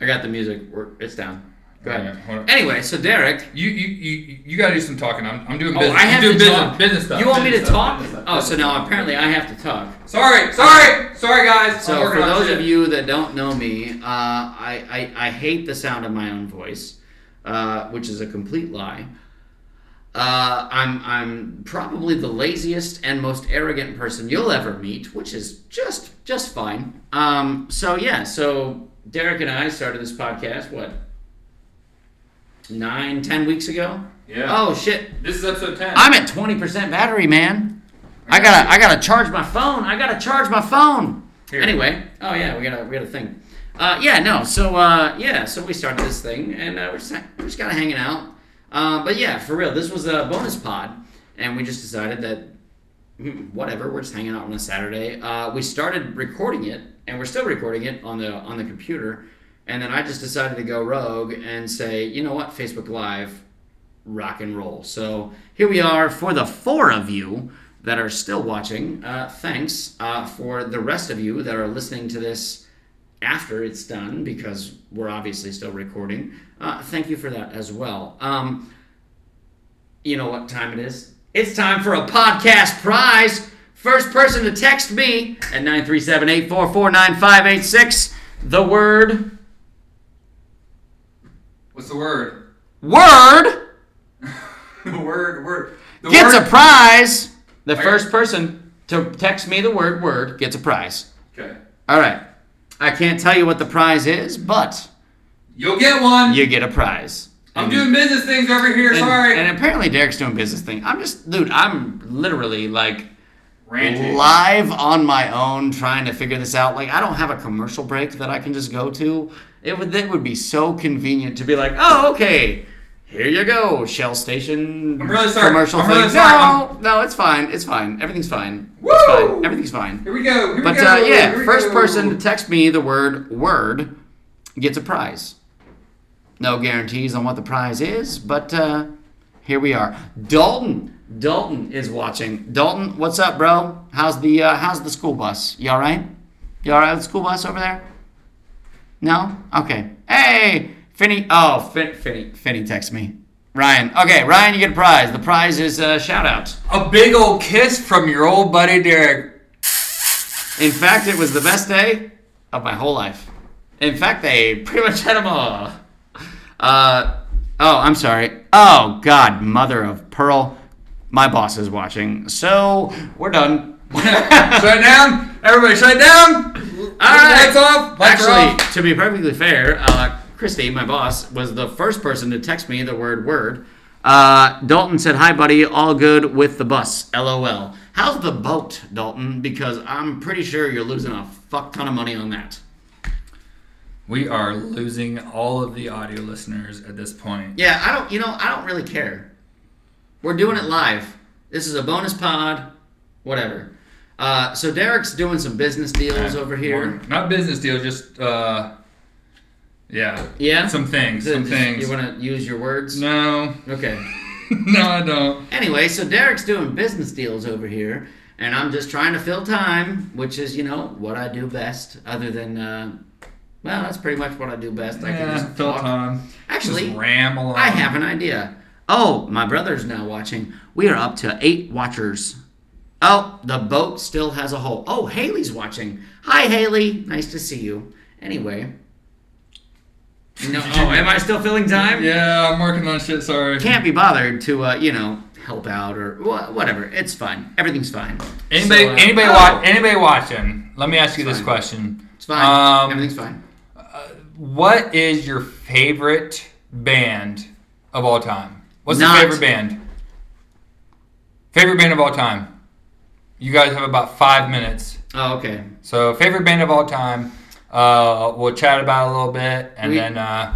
I got the music. We're, it's down. Go All right, hold ahead. on. Anyway, so Derek You you you, you gotta do some talking. I'm, I'm doing Oh, business. I have I'm doing to business, talk. business stuff. You want me to business stuff, talk? business stuff. Oh, so now apparently I have to talk. Sorry, sorry, sorry, guys. I'm So working for on those shit. of you that don't know me, uh, I, I I hate the sound of my own voice, uh, which is a complete lie. Uh, I'm I'm probably the laziest and most arrogant person you'll ever meet, which is just just fine. Um, so yeah, so Derek and I started this podcast what nine ten weeks ago. Yeah. Oh shit, this is episode 10 I'm at twenty percent battery, man. I gotta I gotta charge my phone. I gotta charge my phone. Here. Anyway, oh yeah, we got a we got a thing. Uh, yeah, no. So uh, yeah, so we started this thing, and uh, we're just we're just kind of hanging out. Uh, but yeah, for real, this was a bonus pod, and we just decided that mm, whatever, we're just hanging out on a Saturday. Uh, we started recording it, and we're still recording it on the on the computer. And then I just decided to go rogue and say, you know what, Facebook Live, rock and roll. So here we are for the four of you that are still watching. Uh, thanks uh, for the rest of you that are listening to this after it's done because we're obviously still recording. Uh, thank you for that as well. Um, you know what time it is? It's time for a podcast prize. First person to text me at 937 844 9586 the word What's the word? *laughs* word The word, word. The gets word. a prize. The first person to text me the word word gets a prize. Okay. All right. I can't tell you what the prize is, but You'll get one. you get a prize. I'm doing business things over here. And, sorry. and apparently Derek's doing business thing. I'm just, dude. I'm literally like Ranting. live on my own trying to figure this out. Like I don't have a commercial break that I can just go to. It would that would be so convenient to be like, oh okay, here you go, Shell Station. I'm really sorry. Commercial I'm thing. really sorry. No, no, it's fine. It's fine. Everything's fine. It's Woo! fine. Everything's fine. Here we go. Here But we go. uh, yeah, here we first go. person to text me the word word gets a prize. No guarantees on what the prize is, but uh, here we are. Dalton, Dalton is watching. Dalton, what's up, bro? How's the uh, how's the school bus? You all right? You all right with the school bus over there? No? Okay. Hey, Finny. Oh, fin- Finny. Finny texts me. Ryan. Okay, Ryan, you get a prize. The prize is uh, shout out. A big old kiss from your old buddy Derek. *laughs* In fact, it was the best day of my whole life. In fact, they pretty much had them all. Uh, oh, I'm sorry. Oh, God, mother of pearl. My boss is watching, so we're done. *laughs* all shut down. Everybody shut down. Lights off. Lights are Actually, off. to be perfectly fair, uh, Christy, my boss, was the first person to text me the word word. Uh, Dalton said, Hi, buddy, all good with the bus. LOL. How's the boat, Dalton? Because I'm pretty sure you're losing a fuck ton of money on that. We are losing all of the audio listeners at this point. Yeah, I don't. You know, I don't really care. We're doing it live. This is a bonus pod. Whatever. Uh, so Derek's doing some business deals over here. Not business deal, just uh, yeah, Yeah. some things, Th- some th- things. You want to use your words? no, *laughs* Okay. no, I don't. Anyway, so Derek's doing business deals over here, and I'm just trying to fill time, which is you know what I do best, other than. Uh, well, that's pretty much what I do best. I can Yeah, just fill talk. time. Actually, just ram along. I have an idea. Oh, my brother's now watching. We are up to eight watchers. Oh, the boat still has a hole. Oh, Haley's watching. Hi, Haley. Nice to see you. Anyway. No, oh, am I still filling time? *laughs* Yeah, I'm working on shit. Sorry. Can't be bothered to, uh, you know, help out or wha- whatever. It's fine. Everything's fine. Anybody, So, uh, anybody, oh, wa- anybody watching? Let me ask you this fine. question: It's fine. um, Everything's fine. What is your favorite band of all time? What's Not- your favorite band? Favorite band of all time. You guys have about five minutes. Oh, okay. So favorite band of all time. Uh, we'll chat about it a little bit, and We- then uh,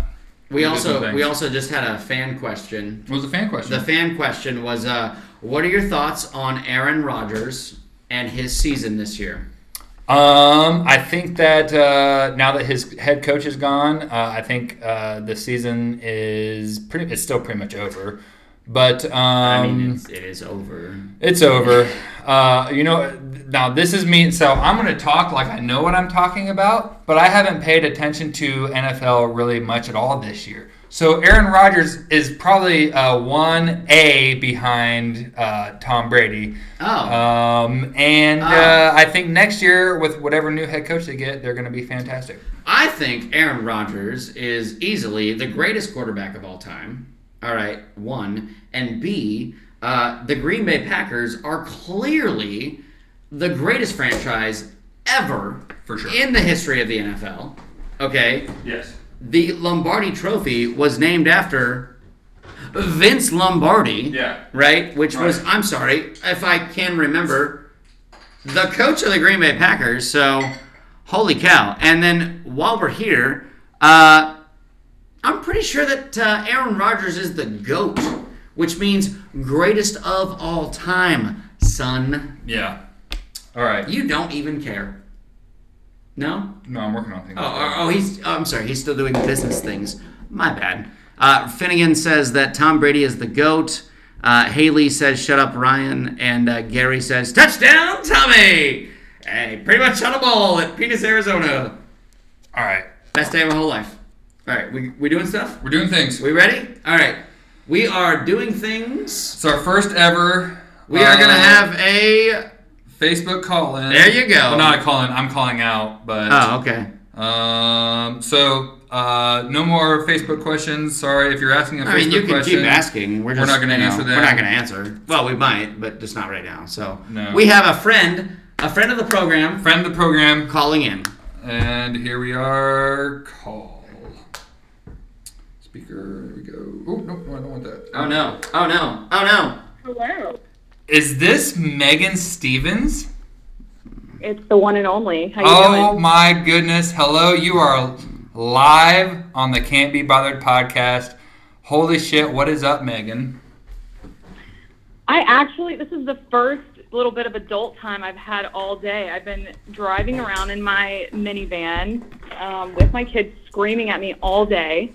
We do some also things. we also just had a fan question what was the fan question? The fan question was, uh, what are your thoughts on Aaron Rodgers and his season this year? um, I think that uh, now that his head coach is gone, uh, I think uh, the season is pretty. It's still pretty much over, but um, I mean, it's, it is over. It's over. Uh, you know, now this is me. So I'm going to talk like I know what I'm talking about, but I haven't paid attention to NFL really much at all this year. So Aaron Rodgers is probably uh, one A behind uh, Tom Brady, Oh, um, and Ah. uh, I think next year with whatever new head coach they get, they're going to be fantastic. I think Aaron Rodgers is easily the greatest quarterback of all time. All right, one and B. Uh, the Green Bay Packers are clearly the greatest franchise ever For sure. in the history of the NFL. Okay, Yes. the Lombardi Trophy was named after Vince Lombardi. Yeah. Right? Which was, Right. I'm sorry, if I can remember, the coach of the Green Bay Packers. So, holy cow. And then while we're here, uh, I'm pretty sure that uh, Aaron Rodgers is the GOAT, which means greatest of all time, son. Yeah. All right. You don't even care. No? No, I'm working on things. Oh, oh, oh, he's. Oh, I'm sorry. He's still doing business things. My bad. Uh, Finnegan says that Tom Brady is the goat. Uh, Haley says, "Shut up, Ryan." And uh, Gary says, "Touchdown, Tommy!" Hey, pretty much shot a ball at Penis, Arizona. All right. Best day of my whole life. All right, we, we doing stuff? We're doing things. We ready? All right. We are doing things. It's our first ever. We are going to uh, have a. Facebook call in. There you go. Well, not a call in. I'm calling out, but. Oh, okay. Um. So, uh, no more Facebook questions. Sorry if you're asking a Facebook I mean, you can question. keep asking. We're, We're just, not gonna you know, answer them. We're not going to answer. Well, we might, but just not right now. So No. we have a friend, a friend of the program, Friend of the program, calling in. and here we are. Call. Speaker. There we go. Oh no, no, I don't want that. Oh no! Oh no! Oh no! Hello. Is this Megan Stevens? It's the one and only. How you Oh doing? my goodness. Hello. You are live on the Can't Be Bothered podcast. Holy shit. What is up, Megan? I actually, this is the first little bit of adult time I've had all day. I've been driving around in my minivan um, with my kids screaming at me all day.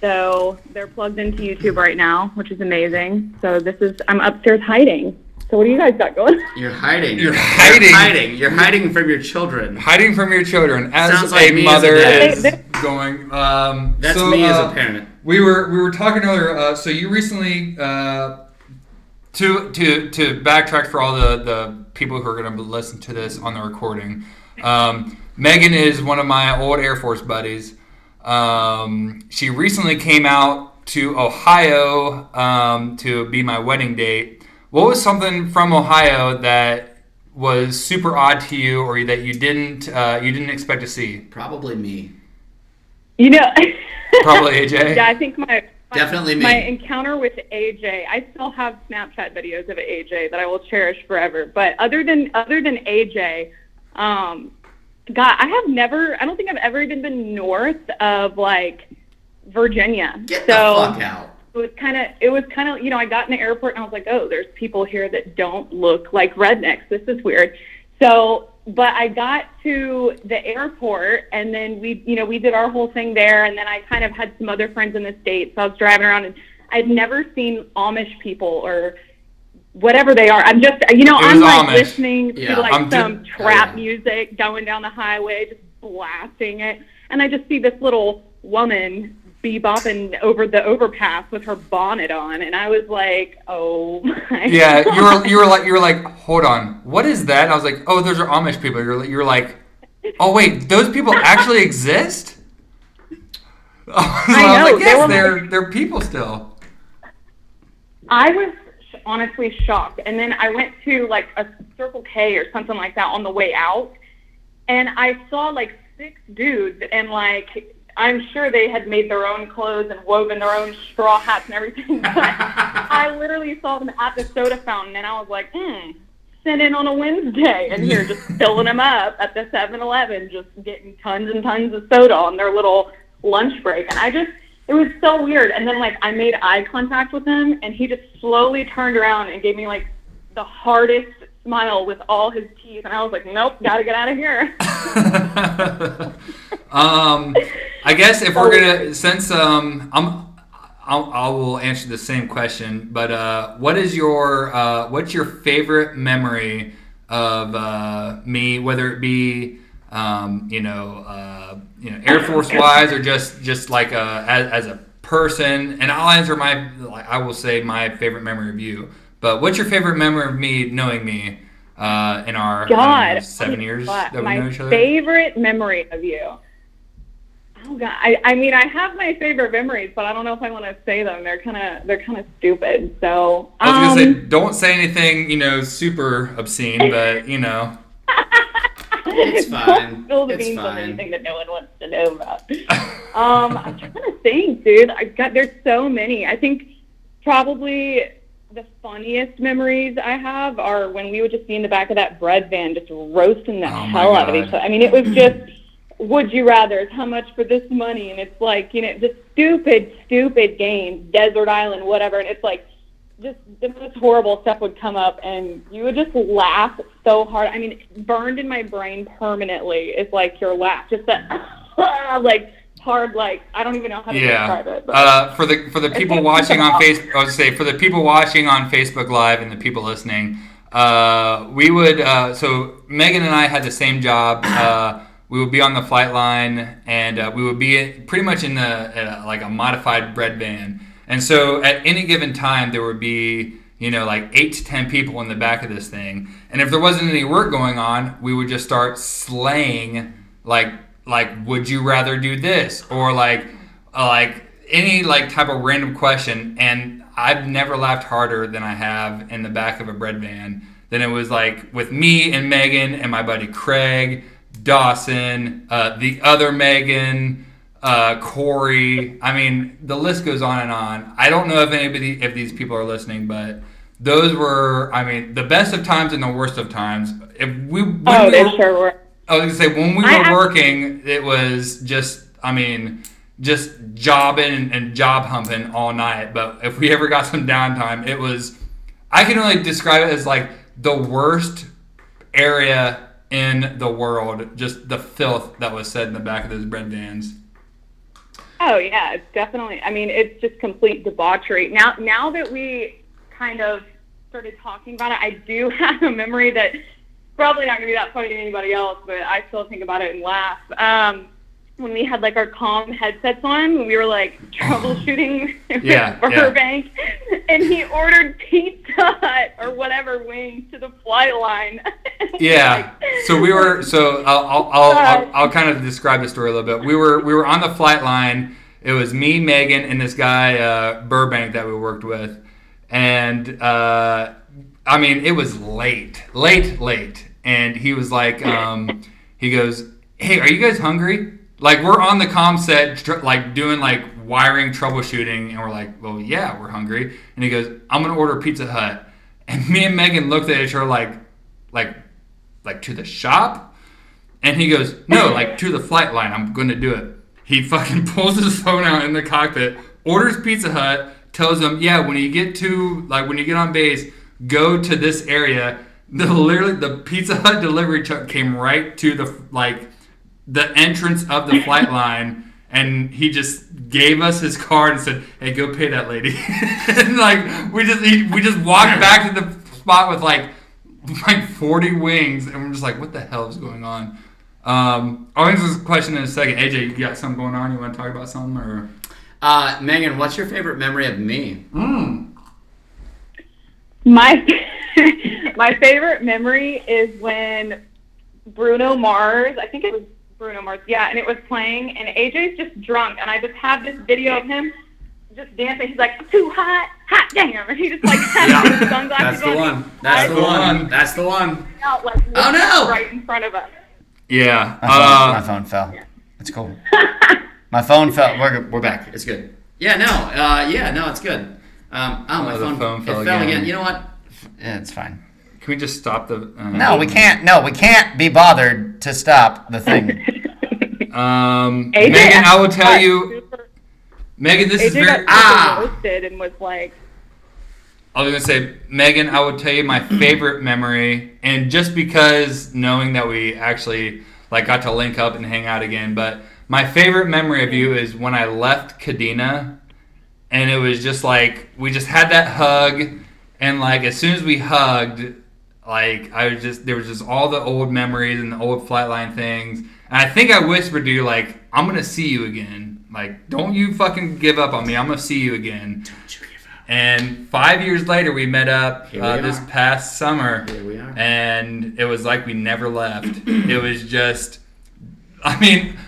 So they're plugged into YouTube right now, which is amazing. So this is, I'm upstairs hiding. So what do you guys got going? *laughs* You're hiding. You're hiding. hiding. You're hiding from your children. Hiding from your children as Sounds like a me as a mother dad. is going. Um, That's so, me as uh, a parent. We were we were talking earlier. Uh, so you recently uh, to to to backtrack for all the the people who are going to listen to this on the recording. Um, Megan is one of my old Air Force buddies. Um, she recently came out to Ohio um, to be my wedding date. What was something from Ohio that was super odd to you, or that you didn't uh, you didn't expect to see? Probably me. You know, Probably *laughs* AJ. yeah, I think my, my Definitely me. my encounter with AJ. I still have Snapchat videos of AJ that I will cherish forever. But other than other than AJ, um, God, I have never. I don't think I've ever even been north of like Virginia. Get so the fuck out. it was kind of it was kind of you know i got in the airport and i was like oh there's people here that don't look like rednecks this is weird so but i got to the airport and then we you know we did our whole thing there and then i kind of had some other friends in the states so i was driving around and i'd never seen amish people or whatever they are i'm just you know It i'm was like Amish. listening Yeah, to like I'm oh, ju- some trap yeah. music going down the highway just blasting it and i just see this little woman bebopping over the overpass with her bonnet on, and I was like, "Oh my!" *laughs* Yeah, you were God. you were like you were like, hold on, what is that? And I was like, oh, those are Amish people. You're you're like, oh wait, those people actually exist. *laughs* So I, was know, they like, yes, were they are they're people still. *laughs* I was sh- honestly shocked, and then I went to like a Circle K or something like that on the way out, and I saw like six dudes, and like I'm sure they had made their own clothes and woven their own straw hats and everything. But *laughs* I literally saw them at the soda fountain, and I was like, "Hmm." Sent in on a Wednesday, and you're just filling them up at the 7-Eleven, just getting tons and tons of soda on their little lunch break. And I just, it was so weird. And then like I made eye contact with him, and he just slowly turned around and gave me like the hardest smile with all his teeth. And I was like, nope, gotta get out of here. *laughs* um, I guess if we're gonna since um I'm. I'll, I will answer the same question, but uh, what is your uh, what's your favorite memory of uh, me, whether it be um, you know uh, you know Air Force wise or just just like uh as, as a person? And I'll answer my like, I will say my favorite memory of you. But what's your favorite memory of me knowing me uh, in our I don't know, God, seven years But that we my know each other? favorite memory of you. Oh God, I, I mean, I have my favorite memories, but I don't know if I want to say them. They're kind of they're kind of stupid. So I was gonna *laughs* say, um, don't say anything, you know, super obscene, but you know, *laughs* It's fine. Don't spill the It's beans on fine. anything that no one wants to know about. um, I'm trying to think, dude. I got there's so many. I think probably the funniest memories I have are when we would just be in the back of that bread van, just roasting the Oh, my hell out of each God. other. I mean, it was just. Would you rather? It's how much for this money? And it's like, you know, just stupid, stupid games, Desert Island, whatever. And it's like, just the most horrible stuff would come up and you would just laugh so hard. I mean, burned in my brain permanently is like your laugh. Just that *laughs* like hard like I don't even know how to yeah. describe it. But Uh, for the for the people think watching on *laughs* about- Facebook, I would say for the people watching on Facebook Live and the people listening, uh, we would. Uh, so Megan and I had the same job. Uh, we would be on the flight line, and uh, we would be pretty much in the uh, like a modified bread van. And so at any given time, there would be you know like eight to ten people in the back of this thing. And if there wasn't any work going on, we would just start slaying like like would you rather do this or like uh, like any like type of random question and I've never laughed harder than I have in the back of a bread van than it was like with me and Megan and my buddy Craig Dawson uh, the other Megan uh, Corey I mean the list goes on and on I don't know if anybody if these people are listening but those were I mean the best of times and the worst of times if we when Oh, we they were- sure were. I was gonna say when we were I- I- working, it was just I mean, just jobbing and, and job humping all night. But if we ever got some downtime, it was I can only describe it as like the worst area in the world. Just the filth that was said in the back of those bread vans. Oh yeah, it's definitely. I mean, it's just complete debauchery. Now, now that we kind of started talking about it, I do *laughs* have a memory that probably not going to be that funny to anybody else, but I still think about it and laugh. Um, when we had like our calm headsets on, when we *sighs* were like troubleshooting *laughs* Yeah, yeah. with Burbank, and he ordered Pizza *laughs* Hut or whatever wings to the flight line. *laughs* Yeah. So we were. So I'll I'll, I'll, I'll I'll kind of describe the story a little bit. We were we were on the flight line. It was me, Megan, and this guy uh, Burbank that we worked with, and uh, I mean it was late, late, late, and he was like, um, he goes, "Hey, are you guys hungry?" Like we're on the com set, tr- like doing like wiring troubleshooting, and we're like, "Well, yeah, we're hungry." And he goes, "I'm gonna order Pizza Hut," and me and Megan looked at each other like, like like to the shop? And he goes, no, like to the flight line. I'm going to do it. He fucking *laughs* pulls his phone out in the cockpit, orders Pizza Hut, tells them, yeah, when you get to like when you get on base, go to this area. The literally the Pizza Hut delivery truck came right to the like the entrance of the flight line, and he just gave us his card and said, "Hey, go pay that lady." *laughs* and like we just he, we just walked back to the spot with like *laughs* like 40 wings, and we're just like, "What the hell is going on?" Um, I'll answer this question in a second. AJ, you got something going on? You want to talk about something or? Uh, Megan, what's your favorite memory of me? Hmm. My *laughs* my favorite memory is when Bruno Mars, I think it was Bruno Mars, yeah, and it was playing, and AJ's just drunk, and I just have this video of him just dancing. He's like, "I'm "Too hot, hot damn!" And he just like has Yeah, his That's sunglasses the on, one. That's the one. That's the one. out like Oh, no! right in front of us. *laughs* Yeah. My phone, Uh, my phone fell. It's cool. My phone fell. We're, we're back. It's good. Yeah, no. Uh, yeah, no, it's good. Um, oh, my Oh, the phone, phone it fell fell again. again. You know what? Yeah, it's fine. can we just stop the? Uh, No, we can't. No, we can't be bothered to stop the thing. Um, AJ Megan, I will tell got you, super- Megan, this is AJ very. got Ah, super roasted and was like, I was gonna say, Megan, I would tell you my favorite memory, and just because knowing that we actually like got to link up and hang out again, but my favorite memory of you is when I left Kadena, and it was just like we just had that hug, and like as soon as we hugged, like I was just there was just all the old memories and the old flightline things, and I think I whispered to you like I'm gonna see you again, like don't you fucking give up on me, I'm gonna see you again. And five years later, we met up Here we uh, this are. past summer, Here we are. and it was like we never left. it was just, I mean,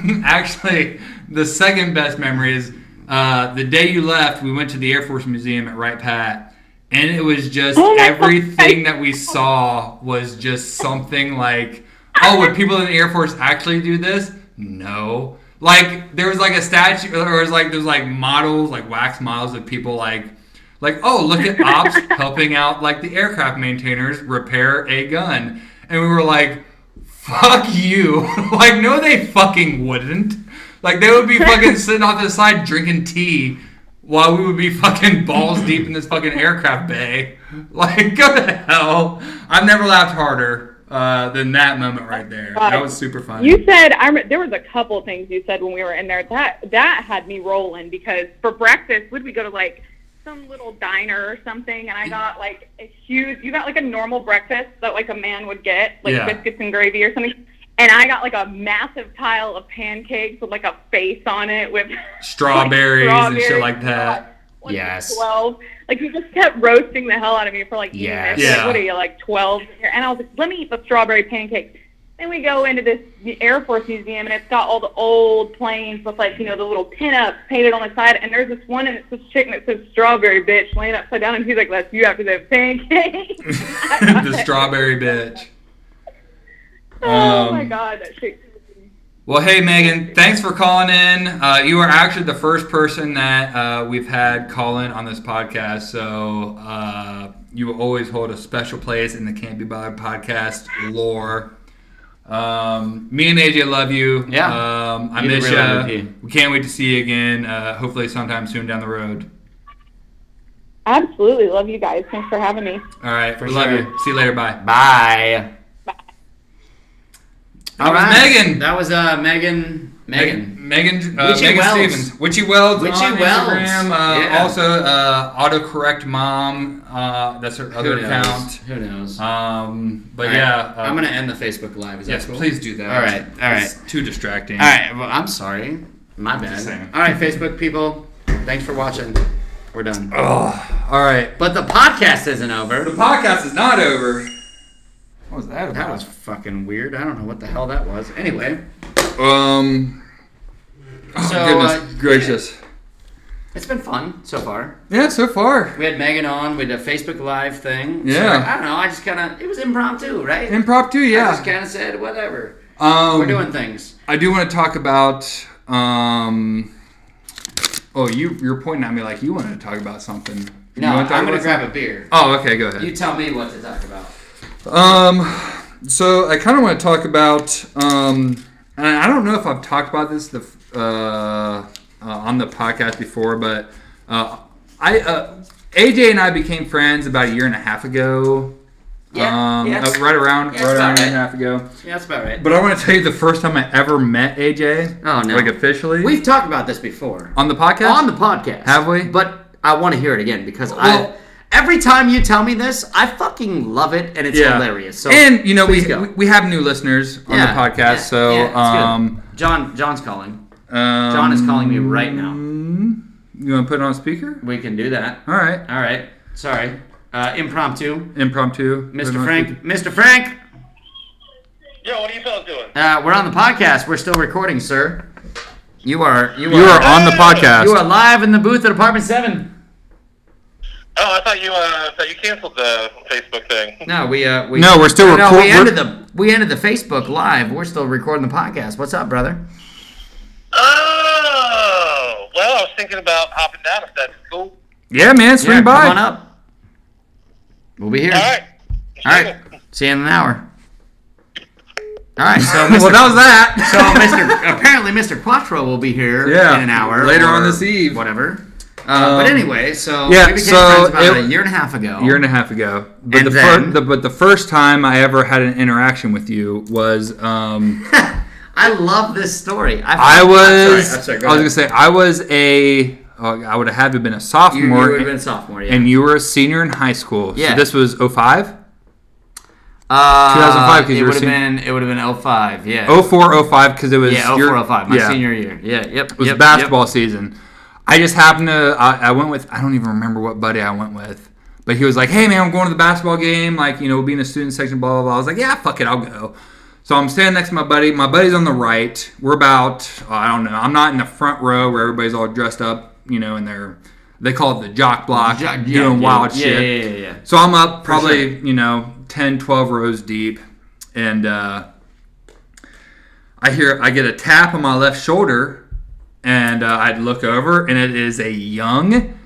*laughs* actually, the second best memory is uh, the day you left. We went to the Air Force Museum at Wright Pat, and it was just Oh my everything that we saw was just something like, oh, would people in the Air Force actually do this? No. Like there was like a statue, or there was like there's like models, like wax models of people like, like oh look at *laughs* ops helping out like the aircraft maintainers repair a gun, and we were like, fuck you, *laughs* like no they fucking wouldn't, like they would be fucking sitting off to the side drinking tea while we would be fucking balls deep in this fucking aircraft bay. *laughs* Like, go to hell. I've never laughed harder uh, than that moment right there. That was super funny. You said I rem- there was a couple things you said when we were in there that that had me rolling because for breakfast would we go to like some little diner or something and I got like a huge you got like a normal breakfast that like a man would get like Yeah. biscuits and gravy or something And I got like a massive pile of pancakes with like a face on it with Strawberries like, and shit like strawberries, *laughs* that. *laughs* like, Yes. 12. Like he just kept roasting the hell out of me for like eating Yes. this. Like, Yeah. what are you like 12? And I was like, let me eat the strawberry pancakes. Then we go into this Air Force Museum and it's got all the old planes with like, you know, the little pinups painted on the side. And there's this one and it's this chicken that says strawberry bitch laying upside down. And he's like, that's you after that pancake. *laughs* the strawberry bitch. *laughs* oh my Um, God. That shit. Well, hey, Megan, thanks for calling in. Uh, you are actually the first person that uh, we've had call in on this podcast. So uh, you will always hold a special place in the Can't Be Bothered podcast lore. Um, me and AJ love you. Yeah. Um, I You're the miss real MVP. you. We can't wait to see you again. Uh, hopefully, sometime soon down the road. Absolutely. Love you guys. Thanks for having me. All right. we love sure. you. See you later. *laughs* Bye. Bye. That was Megan. That was uh, Megan. Megan. Megan, uh, Witchy Megan Wells. Stevens. Witchy Wells Witchy on Wells. Instagram. Uh, Yeah. Also, uh, autocorrect mom. Uh, that's her other Who knows? account. Who knows? Um, but All right. yeah, uh, I'm gonna end the Facebook Live. Is that Yes, cool? please do that. All right, all right. It's too distracting. All right. Well, I'm sorry. My Just saying. bad. All right, Facebook people. Thanks for watching. We're done. Ugh. all right. But the podcast isn't The over. podcast is not over. What was that That about? was fucking weird. I don't know what the hell that was. Anyway, um. oh, So, goodness uh, gracious. it's been fun so far. Yeah, so far. We had Megan on. We did a Facebook Live thing. Yeah. So, I don't know. I just kind of it was impromptu, right? Impromptu, I yeah. just kind of said whatever. Um, We're doing things. I do want to talk about. Um, oh, you you're pointing at me like you wanted to talk about something. You No, wanna I'm talk gonna about grab a beer. something? Oh, okay, go ahead. You tell me what to talk about. Um, so I kind of want to talk about. Um, and I don't know if I've talked about this the uh, uh, on the podcast before, but uh, I uh, AJ and I became friends about a year and a half ago. Yeah. um, yeah, uh, right around Yeah, right it's around a about year and a right. half ago. yeah, that's about right. But I want to tell you the first time I ever met AJ. Oh, no. Like officially. We've talked about this before on the podcast. on the podcast. Have we? But I want to hear it again because Well- I. Every time you tell me this, I fucking love it and it's hilarious. So and you know we, please go. we we have new listeners on Yeah, the podcast, yeah, so yeah, it's good. um, John, John's calling. um, hmm? John is calling me right now. You want to put it on speaker? We can do that. All right, All right. Sorry. Uh, impromptu. impromptu. Put it Mr. on Frank. speaker. Mr. Frank. Yo, what are you fellas doing? Uh, we're on the podcast. We're still recording, sir. You are. You, You are on the podcast. You are live in the booth at Apartment Seven. Oh, I thought you uh, thought you canceled the Facebook thing. No, we. Uh, we No, we're still No, record- we we're- ended the. We ended the Facebook live. We're still recording the podcast. What's up, brother? Oh, well, I was thinking about hopping down if that's cool. yeah, man, swing Yeah, by. Come on up. We'll be here. All right. All right. See you in an hour. All right. So, *laughs* *laughs* Mr. well, that was that. so *laughs* uh, Mr. Apparently, Mr. Quattro will be here Yeah, in an hour later or on this eve. Whatever. Uh, but Um, anyway, so yeah, we became so friends about it- a year and a half ago. year and a half ago. But And the, then- fir- the but the first time I ever had an interaction with you was um, *laughs* I love this story. I was I'm sorry, I'm sorry, go I was ahead. gonna say I was a oh, I would have had to been a You, you sophomore would have and- been a sophomore, yeah. and you were a senior in high school. Yeah. So this was 05? uh, 2005, 'cause It you were would have sen- been. It would have been 05. Yeah. 04, 05, because oh it was yeah. 04, your- 05, My yeah. senior year. Yeah. Yep. It was yep, basketball Yep. season. I just happened to I, I went with I don't even remember what buddy I went with, but he was like, "Hey man, I'm going to the basketball game. Like you know, we'll be in the student section, blah blah blah." I was like, "Yeah, fuck it, I'll go." So I'm standing next to my buddy. My buddy's on the right. We're about oh, I don't know. I'm not in the front row where everybody's all dressed up, you know, and they're they call it the jock block, Jock- doing yeah, yeah, wild yeah, shit. Yeah. Yeah. Yeah. yeah. So I'm up probably, you know, 10, 12 rows deep. And uh, I hear, I get a tap on my left shoulder. And uh, I'd look over, and it is a young,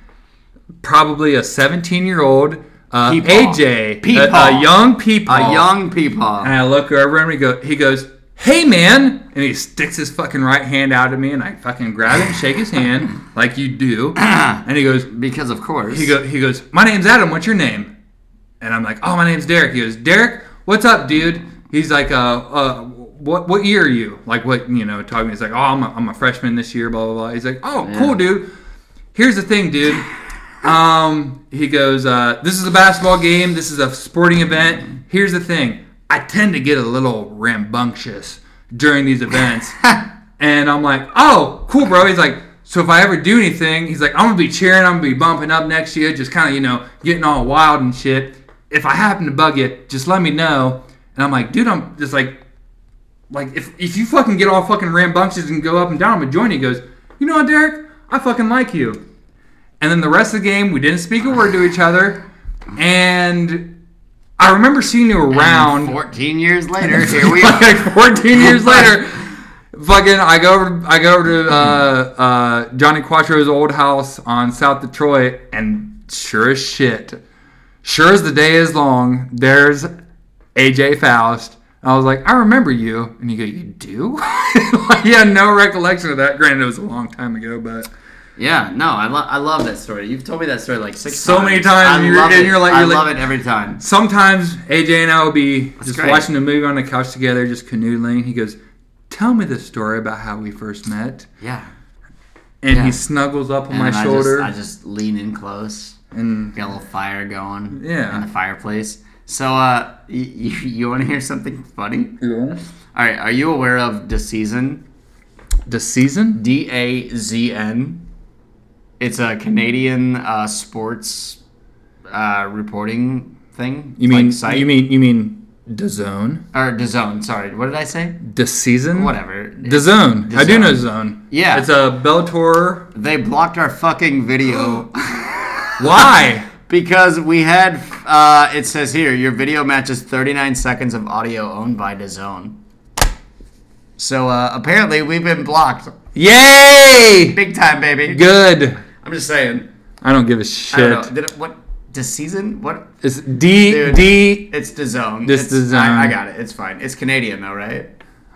probably a 17 year old uh, Peepaw. AJ. a- A, Peepaw. young peepaw. A Uh, young peepaw. And I look over, and we go, he goes, Hey man! And he sticks his fucking right hand out at me, and I fucking grab it and shake his hand, like you *clears throat* do. And he goes, Because of course. he go, he goes, my name's Adam. What's your name? And I'm like, oh, my name's Derek. He goes, Derek, what's up, dude? He's like, uh, uh, what what year are you? Like, what you know? Talking. He's like, oh, I'm a, I'm a freshman this year. Blah blah blah. He's like, oh, cool, dude. Here's the thing, dude. Um, he goes, uh, this is a basketball game. This is a sporting event. Here's the thing. I tend to get a little rambunctious during these events. and I'm like, oh, cool, bro. He's like, so if I ever do anything, he's like, I'm going to be cheering. I'm going to be bumping up next to you, just kind of, you know, getting all wild and shit. If I happen to bug you, just let me know. And I'm like, dude, I'm just like, like if, if you fucking get all fucking rambunctious and go up and down, I'm gonna join you. He goes, you know what, Derek? I fucking like you. And then the rest of the game, we didn't speak a word to each other. And I remember seeing you around *laughs* Fourteen years *laughs* later, here we are. like 14 *laughs* years later, fucking, I go over, I go over to uh, uh, Johnny Quattro's old house on South Detroit, and sure as shit, sure as the day is long, there's AJ Faust. I was like, I remember you, and you go, you do? *laughs* like, he had no recollection of that. Granted, it was a long time ago, but Yeah, no, I, lo- I love that story. You've told me that story like six So many times, I and you're- love and it. you're like- I you're like- love it every time. sometimes AJ and I will be just great. watching a movie on the couch together, just canoodling. He goes, "Tell me the story about how we first met." Yeah. and Yeah. he snuggles up on And my I shoulder. Just, I just lean in close. and Got a little fire going. Yeah. In the fireplace. So, uh, y- *laughs* you, you want to hear something funny? All right. Are you aware of DeSeason? the season, D A Z N. It's a Canadian uh, sports uh, reporting thing. you like mean site you mean you mean the zone, or DAZN? Sorry, what did I say? the season, Whatever. the zone. I do know zone. Yeah. it's a Bellator. They blocked our fucking video *laughs* Why? because we had. Uh, it says here your video matches 39 seconds of audio owned by DAZN. So uh, apparently we've been blocked, Yay! big time, baby. Good. I'm just saying. I don't give a I don't know. shit. Did it, what? DeSeason? What? It's D Dude. D. It's DAZN. This It's- DAZN. I, I got it. It's fine. It's Canadian though, right?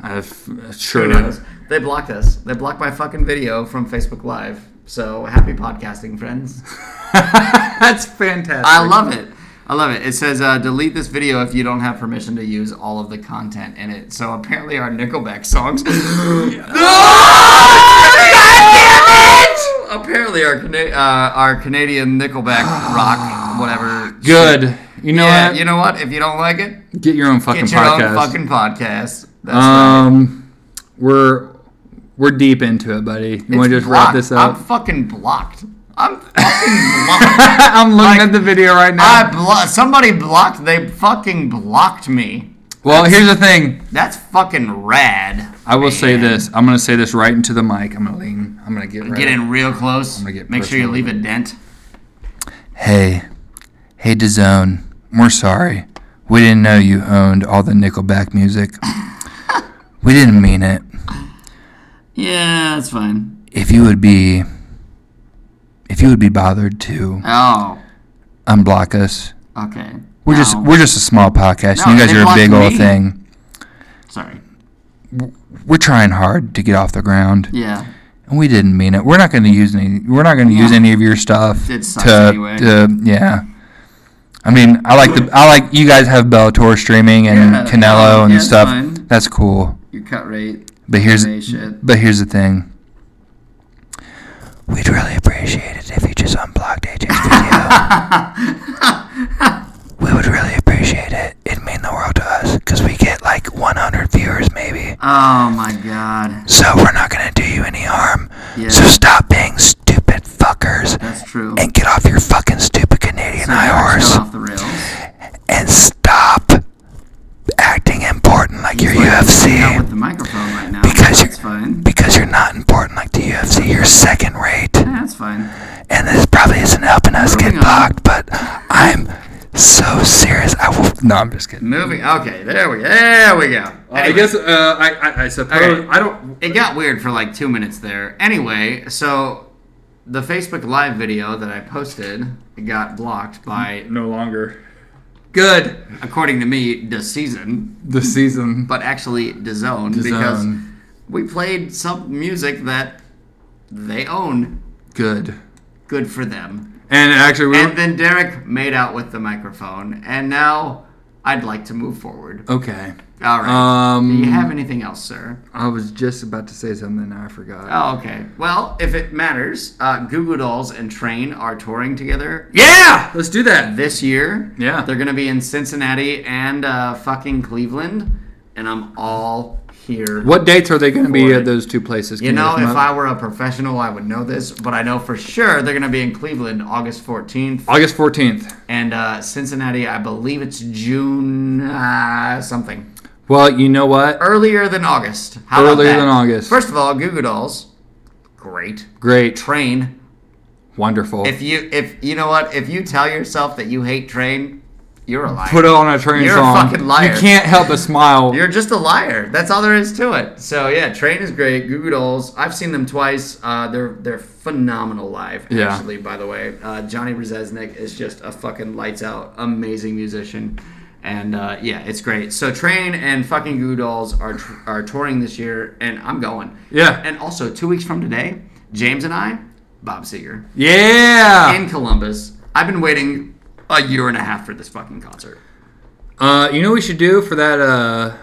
I Uh, f- Who Sure. knows? They blocked us. They blocked my fucking video from Facebook Live. So happy podcasting, friends. *laughs* *laughs* That's fantastic. I love it. I love it. It says uh, delete this video if you don't have permission to use all of the content in it. So apparently our Nickelback *laughs* songs. *laughs* No! Apparently our Cana- uh, our Canadian *sighs* Nickelback rock whatever. Good. You know Yeah, what? you know what? If you don't like it, Get your own fucking get your podcast. own fucking podcast. That's right. um, we're we're deep into it, buddy. You want to It's just wrap blocked. this I'm up? fucking blocked. *laughs* I'm fucking blocked. I'm looking like, at the video right now. I blo- somebody blocked. They fucking blocked me. Well, here's the thing. That's fucking rad. I will say this. I'm gonna say this right into the mic. I'm gonna lean. I'm gonna get right. Get in real close. gonna get Make sure you personal. leave a dent. Hey, hey, DeZone. We're sorry. We didn't know you owned all the Nickelback music. we didn't mean it. Yeah, that's fine. If you would be, if you would be bothered to Oh, unblock us, okay. we're just we're just a small podcast. and No, you guys they are a blocked big old me. thing. Sorry. We're trying hard to get off the ground. Yeah. And we didn't mean it. We're not going to use any. We're not going to use any of your stuff. It sucks to, anyway. to- yeah. I mean, I like the. I like you guys have Bellator streaming and Yeah, Canelo and yeah, it's stuff. fine. That's cool. Your cut rate. But here's Hey, shit. but here's the thing. We'd really appreciate it if you just unblocked AJ's video. we would really appreciate it. It'd mean the world to us because we get like 100 viewers maybe. Oh my god. So we're not gonna do you any harm. Yeah, So stop being stupid fuckers that's true. and get off your fucking stupid Canadian high Cut horse off the rails. and stop acting important like your Not UFC with the microphone right now. Because that's fine. because you're not important like the UFC. You're second rate. Yeah, that's fine. and this probably isn't helping us get Moving on. blocked, but I'm so serious. I will. No, I'm just kidding. Moving. Okay, there we there we go. I Anyway. guess uh, I, I, I suppose Okay. I don't. It got weird for like two minutes there. Anyway, so the Facebook Live video that I posted got blocked by, No longer. Good. according to me, DeSeason, The season. but actually DAZN, because DAZN. we played some music that they own. Good. Good for them. And actually, we And then Derek made out with the microphone, and now I'd like to move forward. Okay. All right. Um, Do you have anything else, sir? I was just about to say something and I forgot. Oh, okay. Well, if it matters, uh, Goo Goo Dolls and Train are touring together Yeah, let's do that. this year. Yeah. They're going to be in Cincinnati and uh, fucking Cleveland, and I'm all here. What dates are they going to be at those two places? You Can know, look them if up? I were a professional, I would know this, but I know for sure they're going to be in Cleveland August 14th August 14th. and uh, Cincinnati, I believe it's June uh, something. Well, you know what? Earlier than August. How about Earlier that? than August. First of all, Goo Goo Dolls, great. Great. Train, Wonderful. If you if you know what if you tell yourself that you hate train, you're a liar. Put on a train You're a song. fucking liar. You can't help but smile. you're just a liar. That's all there is to it. So yeah, train is great. Goo Goo Dolls. I've seen them twice. Uh, they're they're phenomenal live. Yeah. Actually, by the way, uh, Johnny Rzeznik is just a fucking lights out, amazing musician. And uh, yeah, it's great. So Train and fucking Goo Goo Dolls are tr- are touring this year, and I'm going. Yeah. And also two weeks from today, James and I, Bob Seger yeah. in Columbus. I've been waiting a year and a half for this fucking concert. Uh, you know what we should do for that? Uh,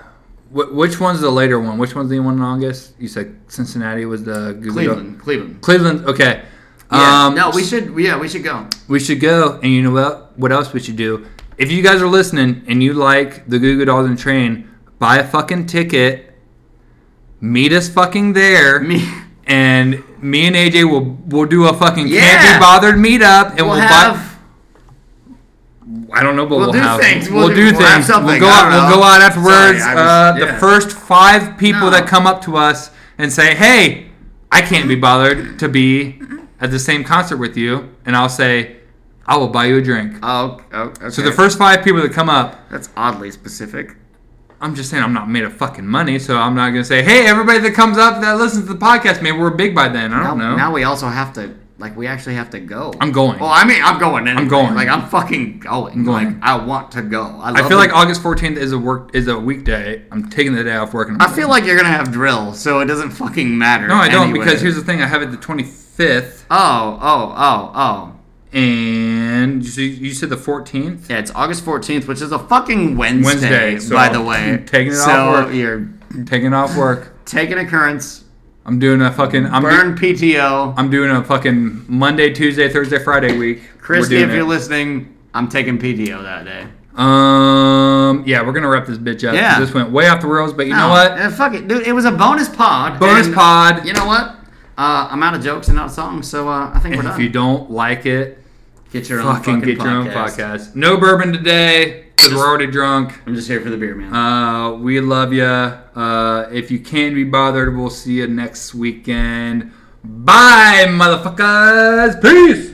wh- which one's the later one? Which one's the one in August? You said Cincinnati was the Google. Cleveland, Cleveland. Cleveland. Okay. Yeah, Um, no, we should. Yeah, we should go. We should go, and you know what? What else we should do? If you guys are listening and you like the Goo Goo Dolls and Train, buy a fucking ticket. Meet us fucking there. Me- and me and AJ will will do a fucking can't Yeah. be bothered meetup, and we'll, *laughs* We'll buy. have. I don't know, but we'll, We'll do have things. We'll, We'll do- do we'll have things. We'll something. go I out. don't We'll know. go out afterwards. Sorry, I uh, was- the yeah. first five people No. that come up to us and say, "Hey, I can't be bothered to be at the same concert with you," and I'll say, "I will buy you a drink." Oh, oh, okay. So the first five people that come up, That's oddly specific. I'm just saying I'm not made of fucking money, so I'm not gonna say, hey, everybody that comes up that listens to the podcast, maybe we're big by then. I Now, don't know. now we also have to. Like we actually have to go. I'm going. Well, I mean, I'm going. Anyway. going. Like I'm fucking going. going. Like I want to go. I, I love feel it. like August 14th is a work is a weekday. I'm taking the day off working. I feel like you're gonna have drill, so it doesn't fucking matter. no, I don't anyway. because here's the thing: I have it the 25th, Oh, oh, oh, oh. and so you, you said the 14th. Yeah, it's August 14th, which is a fucking Wednesday, Wednesday, so by the way. taking it so off work. you're Taking off work. taking occurrence, I'm doing a fucking. I'm do- burn PTO. I'm doing a fucking Monday, Tuesday, Thursday, Friday week. We're Christy, doing if you're it. listening, I'm taking PTO that day. um, yeah, we're gonna wrap this bitch up. Yeah. this went way off the rails, but you know No, what? eh, fuck it, dude. It was a bonus pod. Bonus and pod. You know what? Uh, I'm out of jokes and out of songs, so uh, I think we're And done. if you don't like it, get your own fucking fucking get podcast. your own podcast. No bourbon today because we're already drunk. I'm just here for the beer, man. Uh, we love you. Uh, if you can be bothered, we'll see you next weekend. Bye, motherfuckers. Peace.